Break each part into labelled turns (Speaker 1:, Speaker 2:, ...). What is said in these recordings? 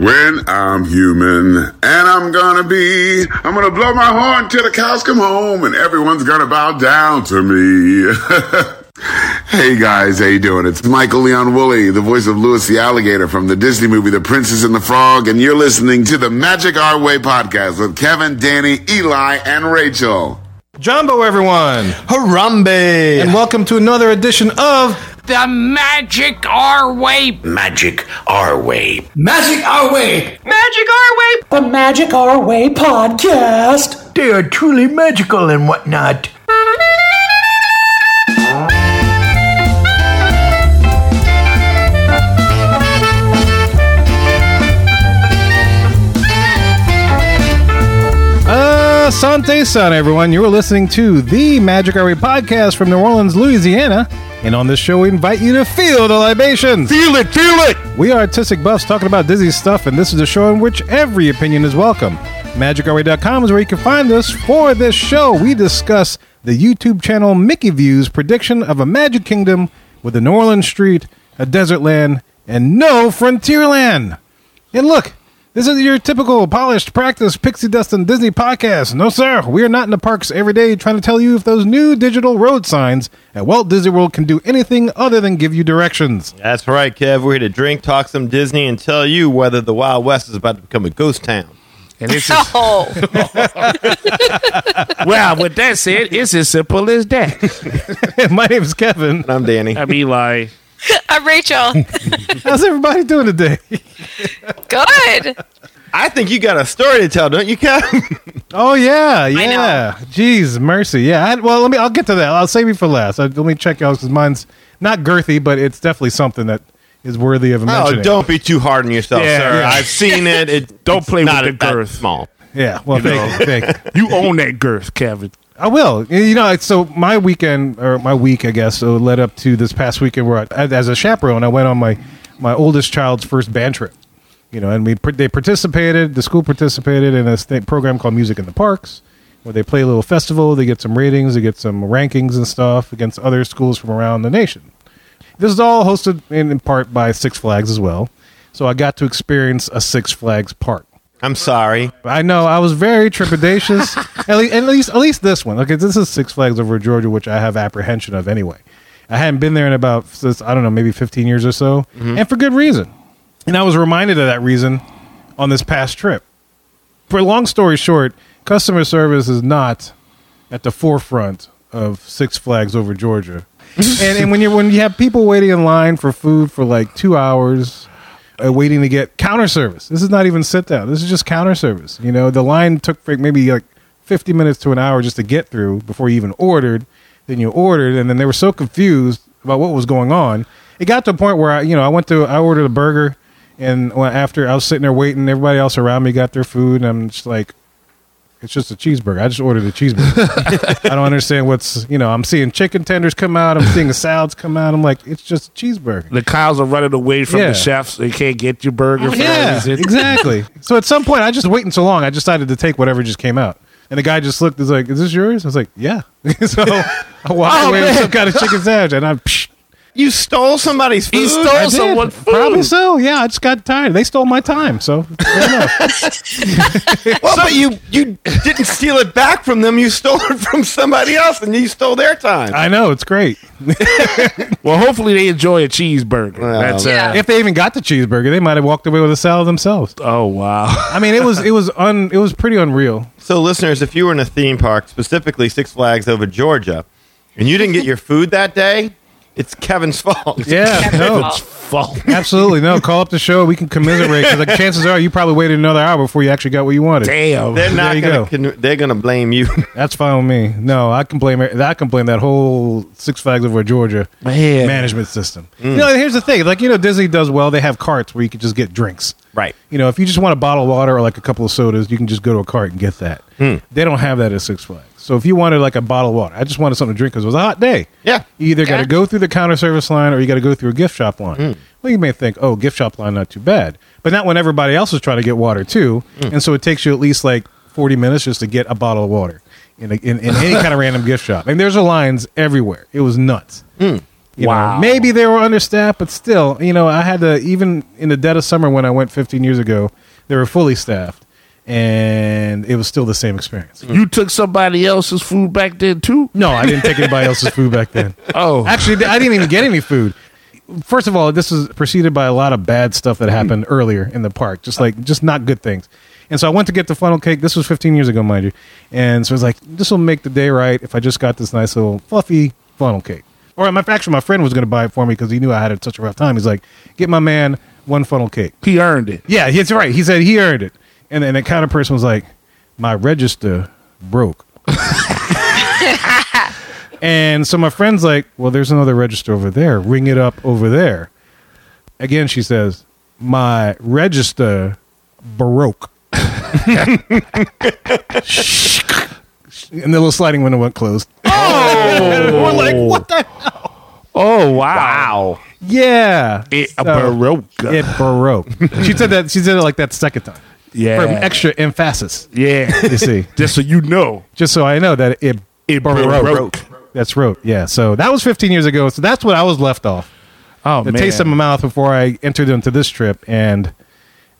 Speaker 1: When I'm human and I'm gonna be, I'm gonna blow my horn till the cows come home and everyone's gonna bow down to me. hey guys, how you doing? It's Michael Leon Woolley, the voice of Lewis the Alligator from the Disney movie The Princess and the Frog, and you're listening to the Magic Our Way podcast with Kevin, Danny, Eli, and Rachel.
Speaker 2: Jumbo, everyone,
Speaker 3: Harambe!
Speaker 2: and welcome to another edition of
Speaker 4: The magic our way.
Speaker 5: Magic our way.
Speaker 6: Magic our way!
Speaker 4: Magic our way.
Speaker 7: The Magic Our Way podcast.
Speaker 6: They are truly magical and whatnot.
Speaker 2: Asante San, everyone. You're listening to the Magic Our Way podcast from New Orleans, Louisiana. And on this show, we invite you to feel the libations. Feel it, feel it. We are artistic buffs talking about Disney stuff, and this is a show in which every opinion is welcome. MagicOurWay.com is where you can find us. For this show, we discuss the YouTube channel Mickey View's prediction of a Magic Kingdom with a New Orleans street, a desert land, and no frontier land. And look, this is your typical polished practice pixie dust and Disney podcast. No, sir, we are not in the parks every day trying to tell you if those new digital road signs at Walt Disney World can do anything other than give you directions.
Speaker 3: That's right, Kev. We're here to drink, talk some Disney, and tell you whether the Wild West is about to become a ghost town.
Speaker 5: And it's as,
Speaker 4: Oh,
Speaker 5: well, with that said, it's as simple as that.
Speaker 2: My name is Kevin.
Speaker 3: I'm Danny.
Speaker 5: I'm Eli.
Speaker 4: I'm Uh, Rachel.
Speaker 2: How's everybody doing today?
Speaker 4: Good.
Speaker 3: I think you got a story to tell, don't you, Kev?
Speaker 2: Oh yeah, yeah. Jeez, mercy. Yeah. I, well, let me. I'll get to that. I'll save you for last. I, let me check out because mine's not girthy, but it's definitely something that is worthy of a mention.
Speaker 3: oh, don't be too hard on yourself,
Speaker 5: Yeah,
Speaker 3: sir.
Speaker 5: yeah.
Speaker 3: I've seen it. it
Speaker 5: Don't
Speaker 3: it's
Speaker 5: play with
Speaker 3: not
Speaker 5: the
Speaker 3: that
Speaker 5: girth.
Speaker 3: Small.
Speaker 2: Yeah. Well, thank you. Thank you.
Speaker 5: You own that girth, Kevin.
Speaker 2: I will. You know, it's- so my weekend or my week, I guess, so led up to this past weekend where, I, as a chaperone, I went on my my oldest child's first band trip. You know, and we par- they participated. The school participated in a st- program called Music in the Parks, where they play a little festival. They get some ratings, they get some rankings and stuff against other schools from around the nation. This is all hosted in, in part by Six Flags as well. So I got to experience a Six Flags park.
Speaker 3: I'm sorry.
Speaker 2: I know. I was very trepidatious. at, le- at least, at least this one. Okay, this is Six Flags over Georgia, which I have apprehension of anyway. I hadn't been there in about since I don't know, maybe fifteen years or so, and for good reason. And I was reminded of that reason on this past trip. For long story short, customer service is not at the forefront of Six Flags over Georgia. and, and when you when you have people waiting in line for food for like two hours, uh, waiting to get counter service. This is not even sit down. This is just counter service. You know, the line took for maybe like 50 minutes to an hour just to get through before you even ordered. Then you ordered, and then they were so confused about what was going on. It got to a point where I, you know, I went to I ordered a burger, and when, after I was sitting there waiting, everybody else around me got their food, and I'm just like, it's just a cheeseburger. I just ordered a cheeseburger. I don't understand what's you know. I'm seeing chicken tenders come out. I'm seeing salads come out. I'm like, it's just a cheeseburger.
Speaker 5: The cows are running away from
Speaker 2: Yeah.
Speaker 5: the chefs. They can't get your burger. for
Speaker 2: Yeah,
Speaker 5: reason.
Speaker 2: exactly. so at some point, I just waiting so long, I decided to take whatever just came out. And the guy just looked, is like, "Is this yours?" I was like, "Yeah." so I walked
Speaker 3: Oh,
Speaker 2: away with
Speaker 3: man.
Speaker 2: some kind of chicken sandwich, and I, psh,
Speaker 3: You stole somebody's food.
Speaker 5: He stole
Speaker 2: I did.
Speaker 5: someone's food.
Speaker 2: Probably so. Yeah, I just got tired. They stole my time, so fair enough.
Speaker 3: Well, but you you didn't steal it back from them. You stole it from somebody else, and you stole their time.
Speaker 2: I know it's great.
Speaker 5: Well, hopefully they enjoy a cheeseburger.
Speaker 3: Well,
Speaker 5: That's uh,
Speaker 4: Yeah.
Speaker 2: If they even got the cheeseburger, they might have walked away with a salad themselves.
Speaker 5: oh wow.
Speaker 2: I mean, it was it was un it was pretty unreal.
Speaker 3: So, listeners, if you were in a theme park, specifically Six Flags over Georgia, and you didn't get your food that day, it's Kevin's fault.
Speaker 2: Yeah, no,
Speaker 4: Oh,
Speaker 5: Fault.
Speaker 2: absolutely no. Call up the show. We can commiserate because like chances are you probably waited another hour before you actually got what you wanted.
Speaker 5: Damn.
Speaker 3: They're not
Speaker 2: you
Speaker 3: gonna con- they're gonna blame you.
Speaker 2: That's fine with me. No, I can blame I can blame that whole Six Flags over Georgia
Speaker 5: Man.
Speaker 2: management system. You know, and here's the thing: like you know, Disney does well. They have carts where you can just get drinks.
Speaker 3: Right.
Speaker 2: You know, if you just want a bottle of water or like a couple of sodas, you can just go to a cart and get that. They don't have that at Six Flags. So if you wanted like a bottle of water, I just wanted something to drink because it was a hot day.
Speaker 3: Yeah.
Speaker 2: You either got to
Speaker 4: Yeah.
Speaker 2: go through the counter service line or you got to go through a gift shop line. Well, you may think, oh, gift shop line, not too bad. But not when everybody else is trying to get water too. And so it takes you at least like 40 minutes just to get a bottle of water in, a, in, in any kind of random gift shop. And there's lines everywhere. It was nuts. You
Speaker 5: Wow.
Speaker 2: Know, maybe they were understaffed, but still, you know, I had to even in the dead of summer when I went 15 years ago, they were fully staffed, and it was still the same experience.
Speaker 5: You took somebody else's food back then too?
Speaker 2: No, I didn't take anybody else's food back then.
Speaker 5: Oh.
Speaker 2: Actually, I didn't even get any food. First of all, this was preceded by a lot of bad stuff that happened earlier in the park, just like just not good things. And so I went to get the funnel cake. This was 15 years ago, mind you. And so I was like, this will make the day right if I just got this nice little fluffy funnel cake. Or my actually, my friend was going to buy it for me because he knew I had such a rough time. He's like, get my man one funnel cake.
Speaker 5: He earned it.
Speaker 2: Yeah, he's right. He said he earned it. And then the counter person was like, my register broke. and so my friend's like, well, there's another register over there. Ring it up over there. Again, she says, my register broke. and the little sliding window went closed.
Speaker 5: We're like, what the Oh wow.
Speaker 2: Yeah.
Speaker 5: It
Speaker 2: So-
Speaker 5: broke.
Speaker 2: It broke. she said that she said it like that second time.
Speaker 5: yeah.
Speaker 2: For extra emphasis.
Speaker 5: yeah.
Speaker 2: You see.
Speaker 5: Just so you know.
Speaker 2: just so I know that it
Speaker 5: It
Speaker 2: Bro-
Speaker 5: broke.
Speaker 2: that's wrote. Yeah, so that was 15 years ago. So that's what I was left off.
Speaker 5: Oh
Speaker 2: The
Speaker 5: man.
Speaker 2: taste in my mouth before I entered into this trip. And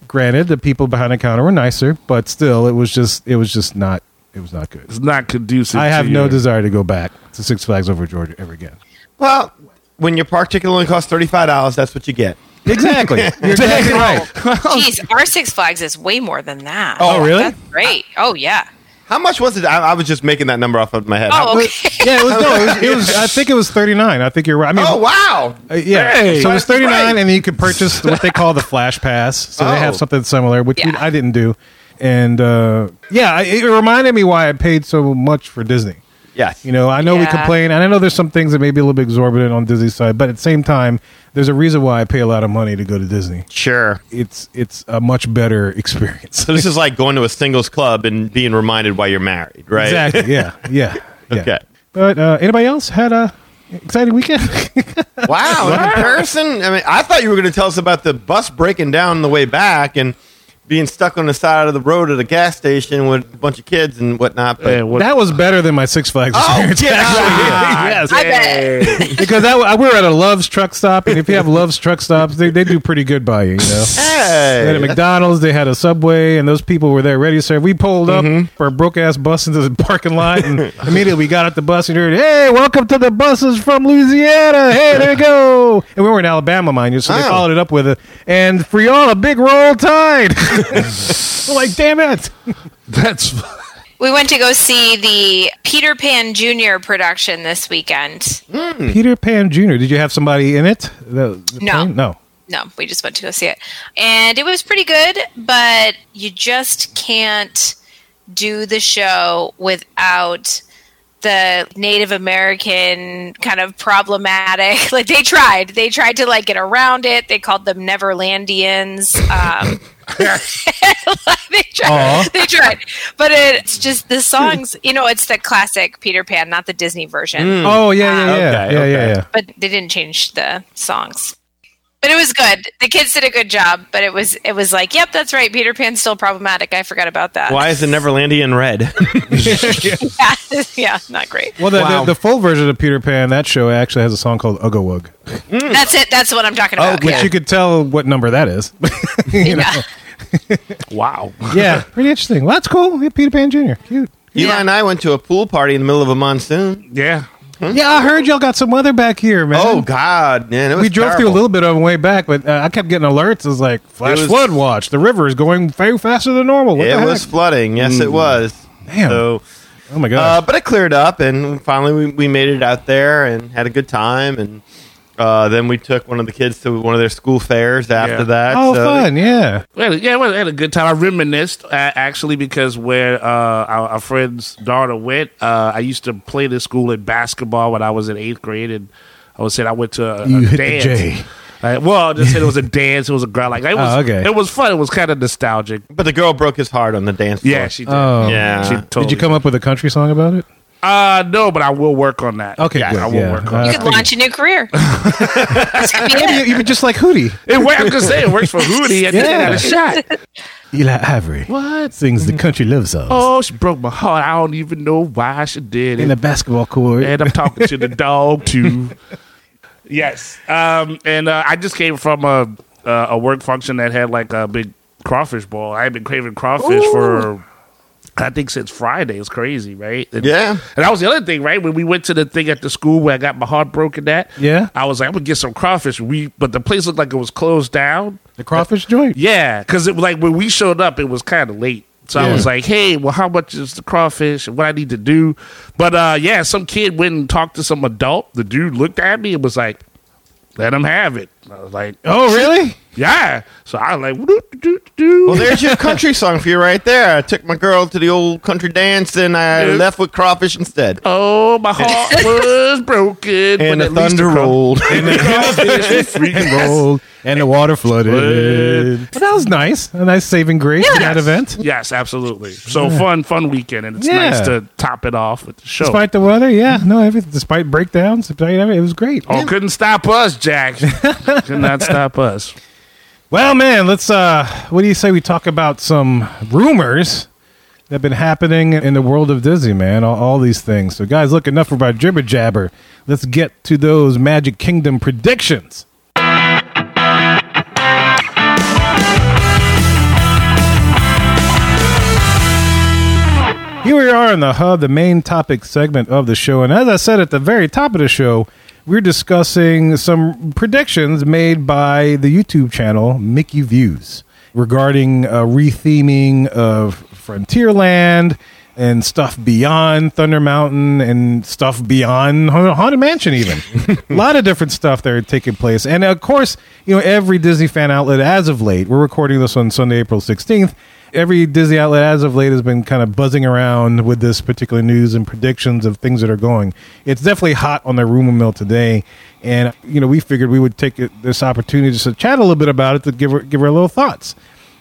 Speaker 2: granted, the people behind the counter were nicer, but still, it was just it was just not it was not good.
Speaker 5: is not conducive.
Speaker 2: I
Speaker 5: to
Speaker 2: have no
Speaker 5: your-
Speaker 2: desire to go back to Six Flags over Georgia ever again.
Speaker 3: Well, when your park ticket only costs thirty five dollars, that's what you get.
Speaker 2: Exactly. You're exactly right.
Speaker 4: Jeez, our Six Flags is way more than that.
Speaker 2: Oh, really?
Speaker 4: That's great. Oh, yeah.
Speaker 3: How much was it? I, I was just making that number off of my head. How-
Speaker 4: Oh, okay.
Speaker 2: Yeah, it was, no, it was, it was. I think it was thirty nine. I think you're right. I mean,
Speaker 3: oh wow!
Speaker 2: Uh, yeah.
Speaker 5: Hey,
Speaker 2: so it's
Speaker 3: that's
Speaker 2: 39
Speaker 3: great.
Speaker 2: and you could purchase what they call the flash pass. So they have
Speaker 3: Oh.
Speaker 2: something similar, which we,
Speaker 4: Yeah.
Speaker 2: I didn't do. And uh, yeah, I- it reminded me why I paid so much for Disney.
Speaker 3: Yes,
Speaker 2: You know, I know we
Speaker 4: Yeah.
Speaker 2: complain, and I know there's some things that may be a little bit exorbitant on Disney's side, but at the same time, there's a reason why I pay a lot of money to go to Disney.
Speaker 3: sure.
Speaker 2: It's it's a much better experience.
Speaker 3: So this is like going to a singles club and being reminded why you're married, right?
Speaker 2: Exactly. Yeah. Yeah. yeah.
Speaker 3: Okay.
Speaker 2: But uh, anybody else had a exciting weekend?
Speaker 3: Wow, in comparison. I mean, I thought you were going to tell us about the bus breaking down on the way back and being stuck on the side of the road at a gas station with a bunch of kids and whatnot. But
Speaker 5: Yeah, what-
Speaker 2: that was better than my Six Flags
Speaker 3: oh,
Speaker 2: experience.
Speaker 3: get out of here.
Speaker 5: yes.
Speaker 4: I bet.
Speaker 2: because I, I- we were at a Love's truck stop, and if you have Love's truck stops, they, they do pretty good by you, you know. They had a
Speaker 3: Hey.
Speaker 2: McDonald's, they had a Subway, and those people were there ready to serve. We pulled up
Speaker 3: Mm-hmm.
Speaker 2: for a broke ass bus into the parking lot, and immediately we got off the bus and heard, "Hey, welcome to the buses from Louisiana! Hey, there you go!" And we were in Alabama, mind you, so they
Speaker 3: Oh.
Speaker 2: followed it up with a "And for y'all, a big roll tide." We're like, damn it!
Speaker 5: That's
Speaker 4: We went to go see the Peter Pan Jr. production this weekend.
Speaker 3: Hmm.
Speaker 2: Peter Pan Jr. Did you have somebody in it? The- the
Speaker 4: No.
Speaker 2: plane? no.
Speaker 4: No, we just went to go see it. And it was pretty good, but you just can't do the show without the Native American kind of problematic. Like they tried. They tried to like get around it. They called them Neverlandians. Um they tried. They tried. But it's just the songs, you know, it's the classic Peter Pan, not the Disney version
Speaker 2: Oh yeah, yeah, yeah,
Speaker 3: Ah, Okay,
Speaker 2: yeah,
Speaker 3: okay.
Speaker 2: yeah, yeah.
Speaker 4: but they didn't change the songs. But it was good. The kids did a good job, but it was it was like, yep, that's right. Peter Pan's still problematic. I forgot about that.
Speaker 3: Why is the Neverlandian red?
Speaker 4: Yeah, yeah, not great.
Speaker 2: Well, the,
Speaker 3: Wow.
Speaker 2: the, the full version of Peter Pan, that show actually has a song called Ugga Wug,
Speaker 3: Hmm.
Speaker 4: That's it. That's what I'm talking
Speaker 3: Oh,
Speaker 4: about.
Speaker 2: which
Speaker 4: yeah.
Speaker 2: you could tell what number that is. you know?
Speaker 4: Yeah.
Speaker 5: wow.
Speaker 2: yeah, pretty interesting. Well, that's cool. Yeah, Peter Pan Jr. Cute.
Speaker 3: Eli and I went to a pool party in the middle of a monsoon.
Speaker 5: Yeah.
Speaker 2: Yeah, I heard y'all got some weather back here, man.
Speaker 3: Oh God, man! It was
Speaker 2: we drove through
Speaker 3: terrible.
Speaker 2: a little bit on the way back, but uh, I kept getting alerts. It was like flash
Speaker 3: was-
Speaker 2: flood watch. The river is going way faster than normal. What
Speaker 3: It
Speaker 2: the heck?
Speaker 3: was flooding. Yes, it was.
Speaker 2: Mm. Damn.
Speaker 3: So,
Speaker 2: oh my
Speaker 3: uh,
Speaker 2: god.
Speaker 3: but it cleared up, and finally we, we made it out there and had a good time. And uh, then we took one of the kids to one of their school fairs after
Speaker 5: Yeah.
Speaker 3: that.
Speaker 2: oh,
Speaker 3: so-
Speaker 2: fun. Yeah.
Speaker 5: We had a, yeah, we had a good time. I reminisced uh, actually because where uh, our, our friend's daughter went, uh, I used to play this school at basketball when I was in eighth grade, and I was saying I went to a, a
Speaker 2: You hit the
Speaker 5: dance.
Speaker 2: J.
Speaker 5: Uh, well, I just said it was a dance. It was a girl like it was.
Speaker 2: Oh, okay.
Speaker 5: It was fun. It was kind of nostalgic.
Speaker 3: But the girl broke his heart on the dance floor.
Speaker 5: Yeah, she did.
Speaker 2: Oh.
Speaker 3: Yeah.
Speaker 5: she
Speaker 3: Did you
Speaker 5: totally
Speaker 2: Did you come up with a country song about it?
Speaker 5: Uh, no, but I will work on that.
Speaker 2: Okay,
Speaker 5: yeah,
Speaker 2: good,
Speaker 5: I will
Speaker 2: yeah.
Speaker 5: work on
Speaker 2: Uh,
Speaker 4: you
Speaker 5: that.
Speaker 4: could launch a new career. This could be
Speaker 2: You,
Speaker 4: it.
Speaker 2: you were just like Hootie.
Speaker 5: It works. I'm just saying, it works for Hootie. I think I got a shot.
Speaker 2: Eli Ivory. What? Sings the country love songs.
Speaker 5: Oh, she broke my heart. I don't even know why she did it.
Speaker 2: In a basketball court.
Speaker 5: and I'm talking to the dog too. Yes. Um, and uh, I just came from a uh, a work function that had like a big crawfish bowl. I had been craving crawfish for I think since Friday. It's crazy, right? And,
Speaker 3: Yeah.
Speaker 5: And that was the other thing, right? When we went to the thing at the school where I got my heart broken at.
Speaker 2: Yeah.
Speaker 5: I was like, I'm gonna get some crawfish. We but the place looked like it was closed down.
Speaker 2: The crawfish joint.
Speaker 5: Yeah, because it like when we showed up, it was kind of late. So I was like, "Hey, well, how much is the crawfish? and What I need to do?" But uh, yeah, some kid went and talked to some adult. The dude looked at me and was like, "Let him have it." I was like,
Speaker 2: Oh, really?
Speaker 5: "Yeah." So I was like, "Doo, doo, doo,
Speaker 3: Well,
Speaker 5: doo."
Speaker 3: there's your country song for you right there. I took my girl to the old country dance and I
Speaker 5: Yeah.
Speaker 3: left with crawfish instead.
Speaker 5: "Oh, my heart was broken."
Speaker 3: and
Speaker 5: but
Speaker 3: the
Speaker 5: at least
Speaker 3: thunder
Speaker 5: craw-
Speaker 3: rolled.
Speaker 5: crawfish was free.
Speaker 2: Rolled and the water flooded. Well, that was nice. A nice saving grace to that event.
Speaker 5: Yes, Oh. absolutely. So fun, fun weekend, and it's
Speaker 2: Yeah.
Speaker 5: nice to top it off with the show.
Speaker 2: Despite the weather, yeah, no, everything. Despite breakdowns, despite everything, it was great.
Speaker 5: oh, couldn't stop us, Jack. Could not stop us.
Speaker 2: Well, man, let's. uh What do you say we talk about some rumors that have been happening in the world of Disney, man? All, all these things. So, guys, look enough about jibber jabber. Let's get to those Magic Kingdom predictions. Here we are in the hub, the main topic segment of the show. And as I said at the very top of the show, we're discussing some predictions made by the YouTube channel Mickey Views regarding uh, retheming of Frontierland and stuff beyond Thunder Mountain and stuff beyond Ha- Haunted Mansion, even. A lot of different stuff that are taking place. And of course, you know, every Disney fan outlet as of late, we're recording this on Sunday, April 16th every Disney outlet as of late has been kind of buzzing around with this particular news and predictions of things that are going. It's definitely hot on the rumor mill today, and you know we figured we would take it- this opportunity just to chat a little bit about it to give her, give her a little thoughts.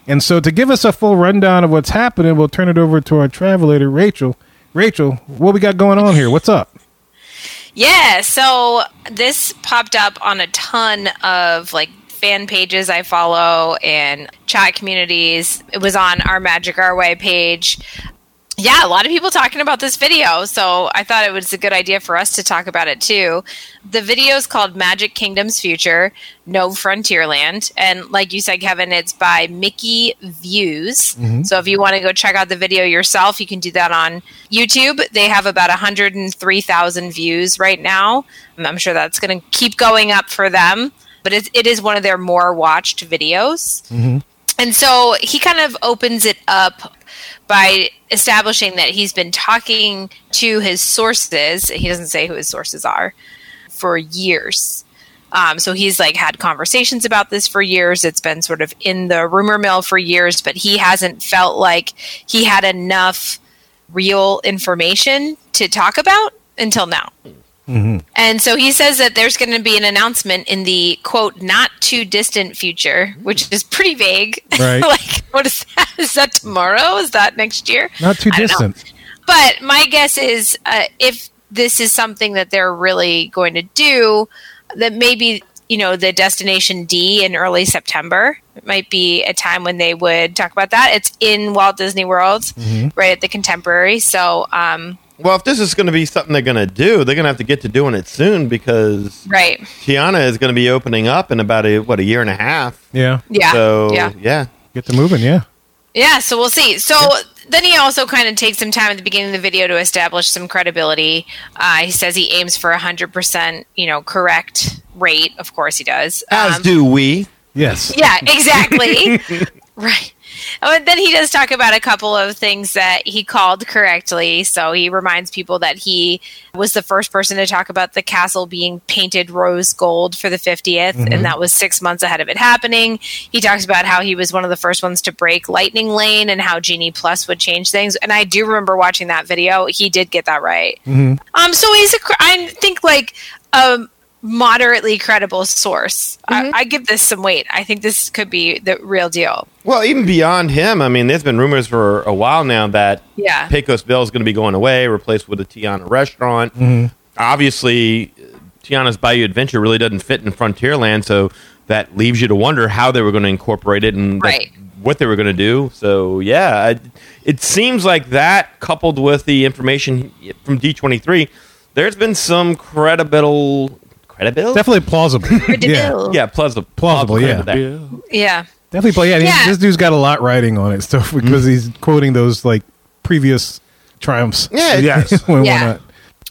Speaker 2: And so to give us a full rundown of what's happening, we'll turn it over to our travelator, Rachel. Rachel, what we got going on here? What's up?
Speaker 4: Yeah, so this popped up on a ton of like fan pages I follow and chat communities. It was on our Magic Our Way page. Yeah, a lot of people talking about this video, so I thought it was a good idea for us to talk about it too. The video is called Magic Kingdom's Future, No Frontierland. And like you said, Kevin, it's by Mickey Views. So if you want to go check out the video yourself, you can do that on YouTube. They have about 103,000 views right now. And I'm sure that's going to keep going up for them, but it's, it is one of their more watched videos. And so he kind of opens it up by establishing that he's been talking to his sources. He doesn't say who his sources are for years. Um, so he's like had conversations about this for years. It's been sort of in the rumor mill for years, but he hasn't felt like he had enough real information to talk about until now. And so he says that there's going to be an announcement in the quote not too distant future, which is pretty vague.
Speaker 2: Right.
Speaker 4: like, what is that? Is that tomorrow? Is that next year?
Speaker 2: Not too
Speaker 4: I don't know.
Speaker 2: distant.
Speaker 4: But my guess is uh, if this is something that they're really going to do, that maybe, you know, the Destination D in early September it might be a time when they would talk about that. It's in Walt Disney World, right at the Contemporary. So, um,
Speaker 3: well, if this is going to be something they're going to do, they're going to have to get to doing it soon because
Speaker 4: right.
Speaker 3: Tiana is going to be opening up in about a what a year and a half.
Speaker 2: Yeah,
Speaker 4: Yeah.
Speaker 3: So
Speaker 4: yeah.
Speaker 3: yeah.
Speaker 2: get to moving. Yeah,
Speaker 4: Yeah, so we'll see. So then he also kind of takes some time at the beginning of the video to establish some credibility. Uh, he says he aims for a hundred percent, you know, correct rate. Of course, he does.
Speaker 3: As
Speaker 4: Um,
Speaker 3: do we.
Speaker 2: yes,
Speaker 4: yeah, exactly. right. Oh, and then he does talk about a couple of things that he called correctly. So he reminds people that he was the first person to talk about the castle being painted rose gold for the 50th, and that was six months ahead of it happening. He talks about how he was one of the first ones to break Lightning Lane and how Genie Plus would change things. And I do remember watching that video. He did get that right. Um, so he's a, cr- I think like a moderately credible source. I, I give this some weight. I think this could be the real deal.
Speaker 3: Well, even beyond him, I mean, there's been rumors for a while now that
Speaker 4: Yeah.
Speaker 3: Pecos Bell is going to be going away, replaced with a Tiana restaurant.
Speaker 2: Mm-hmm.
Speaker 3: Obviously, Tiana's Bayou Adventure really doesn't fit in Frontierland, so that leaves you to wonder how they were going to incorporate it and like,
Speaker 4: Right.
Speaker 3: what they were going to do. So, yeah, I, it seems like that, coupled with the information from D23, there's been some credible, credible, credible.
Speaker 2: Definitely plausible. yeah.
Speaker 4: Credible.
Speaker 3: Yeah, plausible.
Speaker 2: Plausible, yeah.
Speaker 4: Yeah.
Speaker 2: Definitely plausible. Yeah, I mean,
Speaker 4: Yeah.
Speaker 2: this dude's got a lot writing on it stuff
Speaker 5: Mm-hmm.
Speaker 2: because he's quoting those like previous triumphs.
Speaker 3: Yeah,
Speaker 5: Yes.
Speaker 2: Why
Speaker 4: Yeah.
Speaker 2: not?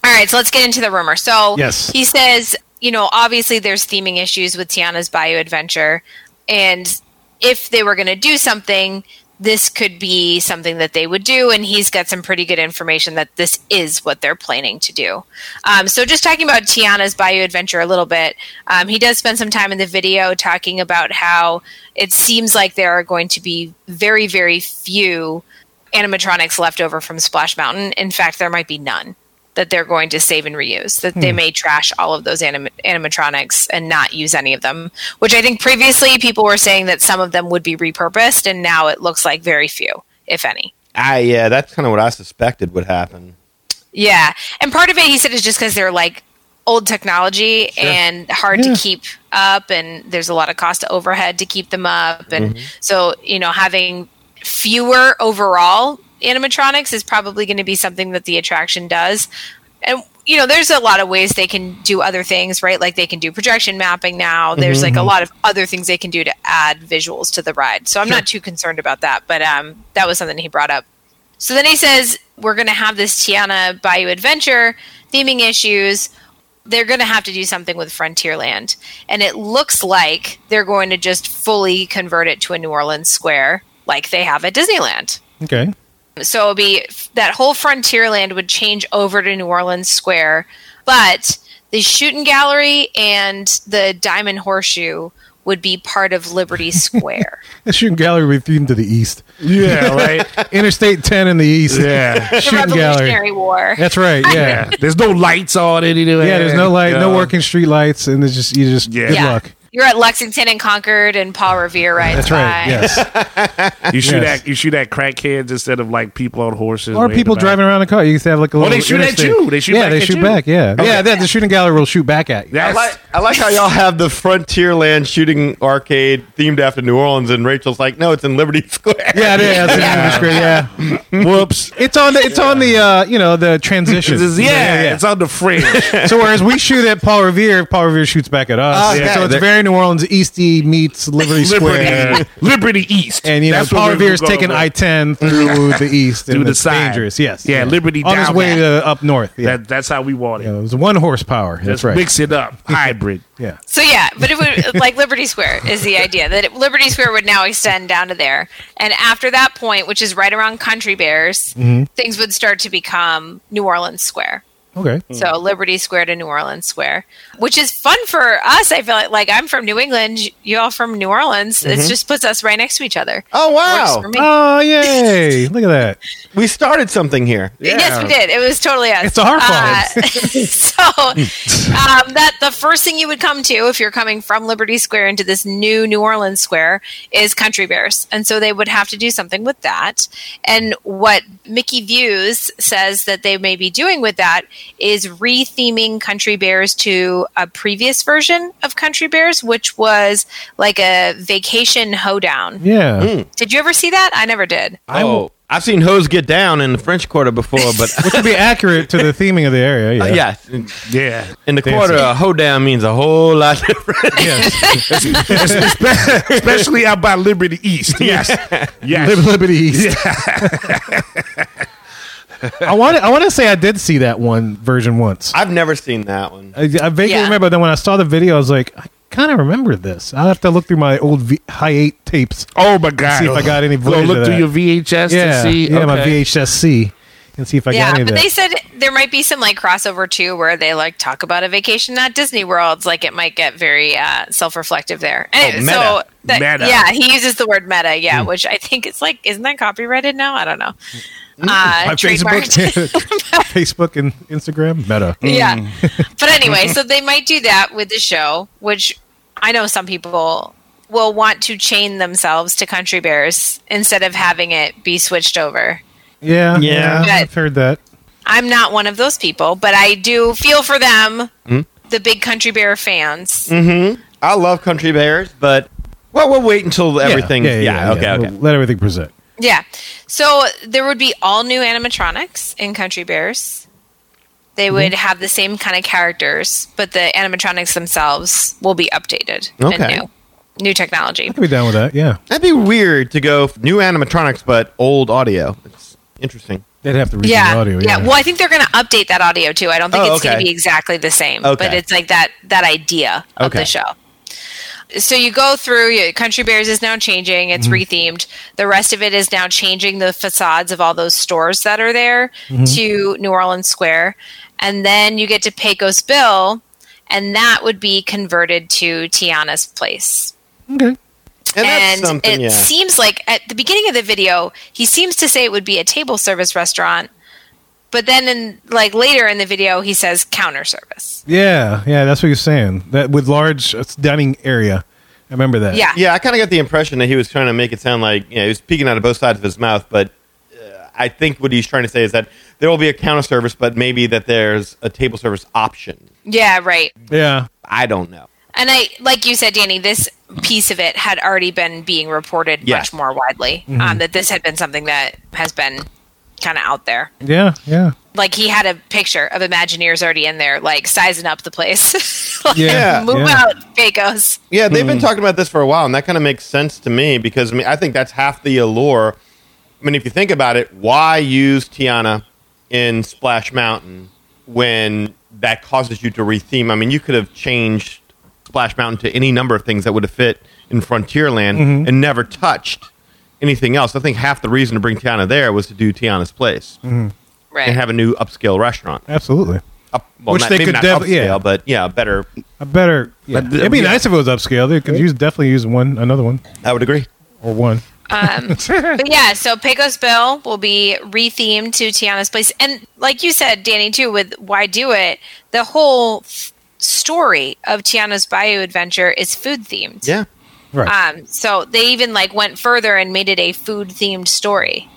Speaker 4: All right, so let's get into the rumor. So
Speaker 2: Yes.
Speaker 4: he says, you know, obviously there's theming issues with Tiana's bio adventure, and if they were going to do something, this could be something that they would do. And he's got some pretty good information that this is what they're planning to do. Um, so just talking about Tiana's bio adventure a little bit, um, he does spend some time in the video talking about how it seems like there are going to be very, very few animatronics left over from Splash Mountain. In fact, there might be none that they're going to save and reuse. That they may trash all of those anim- animatronics and not use any of them, which I think previously people were saying that some of them would be repurposed, and now it looks like very few, if any.
Speaker 3: I Ah, yeah, that's kind of what I suspected would happen.
Speaker 4: Yeah, and part of it he said is just because they're like old technology and hard
Speaker 2: Yeah.
Speaker 4: to keep up, and there's a lot of cost to overhead to keep them up, and so you know having fewer overall animatronics is probably going to be something that the attraction does, and you know there's a lot of ways they can do other things, right? Like they can do projection mapping now. There's like a lot of other things they can do to add visuals to the ride. So I'm not too concerned about that, but um, that was something he brought up. So then he says, We're going to have this Tiana Bayou adventure, theming issues. They're going to have to do something with Frontierland. And it looks like they're going to just fully convert it to a New Orleans square like they have at Disneyland.
Speaker 2: Okay.
Speaker 4: So it'll be that whole Frontierland would change over to New Orleans Square, but the shooting gallery and the Diamond Horseshoe would be part of Liberty Square.
Speaker 2: The shooting gallery would be themed to the east.
Speaker 5: Yeah, right.
Speaker 2: Interstate 10 in the east.
Speaker 5: Yeah.
Speaker 4: the
Speaker 2: Shooting
Speaker 4: Revolutionary
Speaker 2: gallery.
Speaker 4: War.
Speaker 2: That's right. Yeah.
Speaker 5: Yeah. There's no lights on it anyway.
Speaker 2: yeah. There's no light, no
Speaker 5: Yeah.
Speaker 2: working street lights, and it's just you just
Speaker 5: Yeah.
Speaker 2: good
Speaker 4: yeah.
Speaker 2: luck.
Speaker 4: You're at Lexington and Concord and Paul Revere rides
Speaker 2: That's
Speaker 4: by.
Speaker 2: right. Yes.
Speaker 5: You shoot
Speaker 2: Yes.
Speaker 5: at you shoot at crackheads instead of like people on horses
Speaker 2: or
Speaker 5: waving
Speaker 2: people
Speaker 5: back.
Speaker 2: driving around in a car. You used to have like a little.
Speaker 5: they shoot at
Speaker 2: interstate.
Speaker 5: you. They shoot
Speaker 2: yeah,
Speaker 5: back
Speaker 2: they
Speaker 5: at
Speaker 2: shoot
Speaker 5: you.
Speaker 2: back. Yeah, yeah. The, the shooting gallery will shoot back at you.
Speaker 5: That's,
Speaker 3: I like I like how y'all have the Frontierland shooting arcade themed after New Orleans, and Rachel's like, no, it's in Liberty Square.
Speaker 2: Yeah, it is. It's in the screen, yeah.
Speaker 5: whoops.
Speaker 2: It's on the it's on the uh, you know the transition.
Speaker 5: This is- yeah, it's on the fringe.
Speaker 2: So whereas we shoot at Paul Revere, Paul Revere shoots back at us.
Speaker 3: Okay.
Speaker 2: So it's
Speaker 3: There-
Speaker 2: very New Orleans Eastie meets Liberty Square,
Speaker 5: Ah, Liberty, Liberty East,
Speaker 2: and you know
Speaker 5: That's
Speaker 2: Paul
Speaker 5: where we
Speaker 2: Revere's
Speaker 5: were going
Speaker 2: taking
Speaker 5: with.
Speaker 2: I ten through the east
Speaker 5: Through
Speaker 2: and
Speaker 5: the
Speaker 2: it's
Speaker 5: side.
Speaker 2: dangerous. Yes,
Speaker 5: Yeah, Liberty
Speaker 2: on his
Speaker 5: down
Speaker 2: way
Speaker 5: back.
Speaker 2: to up north. Yeah,
Speaker 5: That, that's how we want it.
Speaker 2: Yeah, it was one horsepower.
Speaker 5: Let's
Speaker 2: That's right.
Speaker 5: mix it up, hybrid.
Speaker 2: yeah,
Speaker 4: So yeah, but it would like Liberty Square is the idea that it, Liberty Square would now extend down to there, and after that point, which is right around Country Bears,
Speaker 2: Mm-hmm.
Speaker 4: things would start to become New Orleans Square.
Speaker 2: okay.
Speaker 4: So Liberty Square to New Orleans Square, which is fun for us. I feel like, like I'm from New England, y- you all from New Orleans. It just puts us right next to each other.
Speaker 3: Oh
Speaker 4: Works
Speaker 3: wow,
Speaker 4: for me.
Speaker 2: Mm-hmm. Oh yay! Look at that.
Speaker 3: we started something here.
Speaker 4: Yes, we did. It was totally us.
Speaker 2: It's our fault.
Speaker 4: Uh, so um, that the first thing you would come to if you're coming from Liberty Square into this new New Orleans Square is Country Bears, and so they would have to do something with that. And what Mickey Views says that they may be doing with that is retheming Country Bears to a previous version of Country Bears, which was like a vacation hoedown.
Speaker 2: Yeah.
Speaker 5: Hmm.
Speaker 4: Did you ever see that? I never did.
Speaker 3: Oh, I've seen hoes get down in the French Quarter before, but
Speaker 2: Which would be accurate to the theming of the area. Yeah.
Speaker 3: uh, yeah,
Speaker 5: Yeah,
Speaker 3: in the quarter, a hoe down means a whole lot different.
Speaker 5: especially out by Liberty East. Yes,
Speaker 2: Lib-
Speaker 5: yes.
Speaker 2: Liberty East. I want to. I want to say I did see that one version once. I,
Speaker 3: I've never seen that one.
Speaker 2: I vaguely
Speaker 4: Yeah.
Speaker 2: remember. Then when I saw the video, I was like, I kind of remember this. I'll have to look through my old v- high eight tapes.
Speaker 5: Oh my God!
Speaker 2: See if I got any
Speaker 5: Go
Speaker 2: footage
Speaker 5: look
Speaker 2: of
Speaker 5: through
Speaker 2: that.
Speaker 5: your VHS
Speaker 2: Yeah,
Speaker 5: to see.
Speaker 2: yeah, my
Speaker 5: Okay.
Speaker 2: VHSC, and see if I
Speaker 4: yeah,
Speaker 2: got any
Speaker 4: but
Speaker 2: of that.
Speaker 4: they said there might be some like crossover too, where they like talk about a vacation at Disney World. Like it might get very uh, self-reflective there.
Speaker 2: Oh,
Speaker 4: Anyway,
Speaker 3: meta.
Speaker 4: So that-
Speaker 5: Meta.
Speaker 4: yeah, he uses the word meta. Yeah,
Speaker 2: Hmm.
Speaker 4: which I think it's like isn't that copyrighted now? I don't know.
Speaker 2: Hmm. my
Speaker 4: Uh, trademarked.
Speaker 2: Facebook, Facebook and Instagram, Meta.
Speaker 4: yeah,
Speaker 2: Hmm.
Speaker 4: but anyway, so they might do that with the show, which I know some people will want to chain themselves to Country Bears instead of having it be switched over.
Speaker 2: Yeah,
Speaker 3: Yeah.
Speaker 2: I've heard that.
Speaker 4: I'm not one of those people, but I do feel for them, the big Country Bear fans.
Speaker 3: I love Country Bears, but well, we'll wait until
Speaker 2: Yeah,
Speaker 3: everything. Yeah, okay,
Speaker 2: yeah.
Speaker 3: okay.
Speaker 2: Let everything present.
Speaker 4: Yeah. So there would be all new animatronics in Country Bears. They would have the same kind of characters, but the animatronics themselves will be updated
Speaker 3: Okay.
Speaker 4: and new, new technology.
Speaker 2: I'd be down with that. Yeah,
Speaker 3: That'd be weird to go f- new animatronics but old audio. It's interesting.
Speaker 2: they'd have to redo
Speaker 4: Yeah,
Speaker 2: the audio.
Speaker 4: yeah. Well, I think they're going to update that audio too. I don't think
Speaker 3: Oh,
Speaker 4: it's going
Speaker 3: okay.
Speaker 4: to be exactly the same, but
Speaker 3: Okay.
Speaker 4: it's like that that idea of
Speaker 3: Okay.
Speaker 4: the show. So you go through. You, Country Bears is now changing;
Speaker 3: Mm-hmm.
Speaker 4: it's rethemed. The rest of it is now changing the facades of all those stores that are there
Speaker 3: Mm-hmm.
Speaker 4: to New Orleans Square, and then you get to Pecos Bill, and that would be converted to Tiana's place
Speaker 2: okay.
Speaker 3: And, that's
Speaker 4: and
Speaker 3: something,
Speaker 4: it
Speaker 3: yeah.
Speaker 4: seems like at the beginning of the video he seems to say it would be a table service restaurant but then in like later in the video he says counter service
Speaker 2: Yeah, yeah, that's what you're saying. That with large uh, dining area. I remember that.
Speaker 4: yeah,
Speaker 3: yeah, I kind of got the impression that he was trying to make it sound like you know, he was peeking out of both sides of his mouth, but uh, I think what he's trying to say is that there will be a counter service, but maybe that there's a table service option.
Speaker 4: Yeah, right
Speaker 2: Yeah.
Speaker 3: I don't know.
Speaker 4: and i like you said danny this piece of it had already been being reported
Speaker 3: Yeah. Mm-hmm.
Speaker 4: much more widely um, that this had been something that has been kind of out there
Speaker 2: Yeah. Yeah.
Speaker 4: like he had a picture of imagineers already in there like sizing up the place like,
Speaker 3: Yeah,
Speaker 4: move
Speaker 2: yeah.
Speaker 4: out pecos
Speaker 3: Yeah, they've
Speaker 2: Hmm.
Speaker 3: been talking about this for a while, and that kind of makes sense to me because I mean, I think that's half the allure. I mean, if you think about it, why use Tiana in Splash Mountain when that causes you to retheme? I mean, you could have changed Splash Mountain to any number of things that would have fit in Frontierland
Speaker 2: Mm-hmm.
Speaker 3: and never touched anything else. I think half the reason to bring Tiana there was to do Tiana's Place
Speaker 2: Mm-hmm.
Speaker 4: right
Speaker 3: and have a new upscale restaurant.
Speaker 2: Absolutely.
Speaker 3: Up, well,
Speaker 2: Which
Speaker 3: not,
Speaker 2: they
Speaker 3: maybe
Speaker 2: could
Speaker 3: not
Speaker 2: def-
Speaker 3: upscale,
Speaker 2: yeah.
Speaker 3: but yeah, better.
Speaker 2: I better. yeah.
Speaker 5: But the-
Speaker 2: It'd be
Speaker 5: yeah.
Speaker 2: nice if it was upscale. They could use definitely use one another one
Speaker 3: I would agree.
Speaker 2: or one.
Speaker 4: Um, But yeah, so Pecos Bill will be rethemed to Tiana's Place. And like you said, Danny, too, with Why Do It, the whole f- story of Tiana's Bayou Adventure is food themed.
Speaker 3: Yeah.
Speaker 2: Right.
Speaker 4: Um, so they even like went further and made it a food themed story.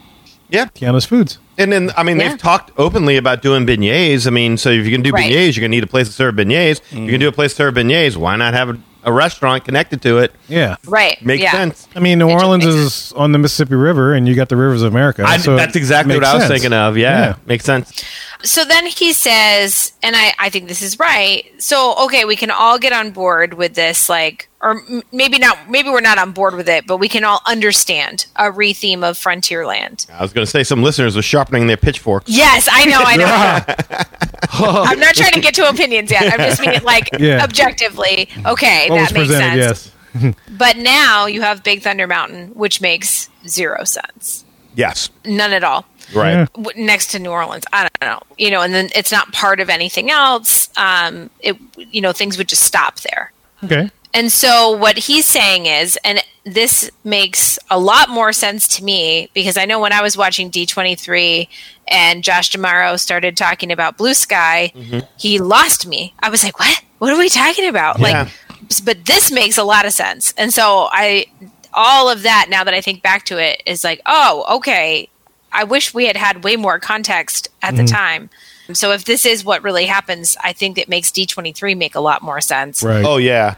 Speaker 3: Yeah.
Speaker 2: Tiana's Foods.
Speaker 3: And then, I mean,
Speaker 4: Yeah.
Speaker 3: they've talked openly about doing beignets. I mean, so if you can do
Speaker 4: Right.
Speaker 3: beignets, you're going to need a place to serve beignets. You can do a place to serve beignets. Why not have a, a restaurant connected to it?
Speaker 2: Yeah.
Speaker 4: Right.
Speaker 3: Makes
Speaker 4: yeah.
Speaker 3: sense.
Speaker 2: I mean, New
Speaker 4: It just
Speaker 2: Orleans
Speaker 4: makes
Speaker 2: is on the Mississippi River, and you got the rivers of America.
Speaker 3: I,
Speaker 2: so
Speaker 3: that's
Speaker 2: it
Speaker 3: exactly what
Speaker 2: makes
Speaker 3: I was
Speaker 2: sense.
Speaker 3: thinking of. Yeah,
Speaker 2: Yeah.
Speaker 3: Makes sense.
Speaker 4: So then he says, and I, I think this is right. So, okay, we can all get on board with this, like, or m- maybe not, maybe we're not on board with it, but we can all understand a retheme of Frontierland.
Speaker 3: I was going to say some listeners are sharpening their pitchforks.
Speaker 4: Yes, I know, I know. I'm not trying to get to opinions yet. I'm just meaning like
Speaker 2: Yeah.
Speaker 4: objectively. Okay,
Speaker 2: What was
Speaker 4: that makes
Speaker 2: presented?
Speaker 4: sense.
Speaker 2: Yes.
Speaker 4: But now you have Big Thunder Mountain, which makes zero sense.
Speaker 3: Yes.
Speaker 4: None at all.
Speaker 3: Right.
Speaker 2: Yeah.
Speaker 4: W- Next to New Orleans, I don't know. You know, and then it's not part of anything else. Um, it you know things would just stop there.
Speaker 2: Okay.
Speaker 4: And so what he's saying is, and this makes a lot more sense to me because I know when I was watching D23 and Josh Damaro started talking about Blue Sky, he lost me. I was like, what? What are we talking about?
Speaker 3: Yeah.
Speaker 4: Like, but this makes a lot of sense. And so I, all of that, now that I think back to it, is like, oh, okay. I wish we had had way more context at the time. So if this is what really happens, I think it makes D23 make a lot more sense
Speaker 2: Right.
Speaker 3: Oh, yeah.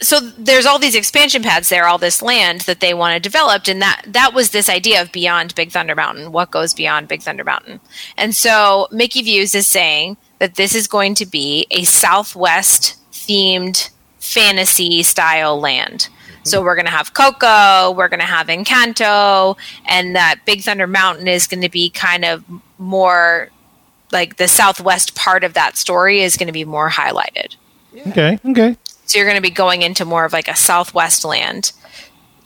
Speaker 4: so there's all these expansion pads there, all this land that they want to develop, and that that was this idea of beyond Big Thunder Mountain, what goes beyond Big Thunder Mountain. And so Mickey Views is saying that this is going to be a Southwest themed fantasy style land. So we're going to have Coco, we're going to have Encanto, and that Big Thunder Mountain is going to be kind of more like the Southwest part of that story is going to be more highlighted.
Speaker 2: Okay. Okay.
Speaker 4: So you're going to be going into more of like a Southwest land.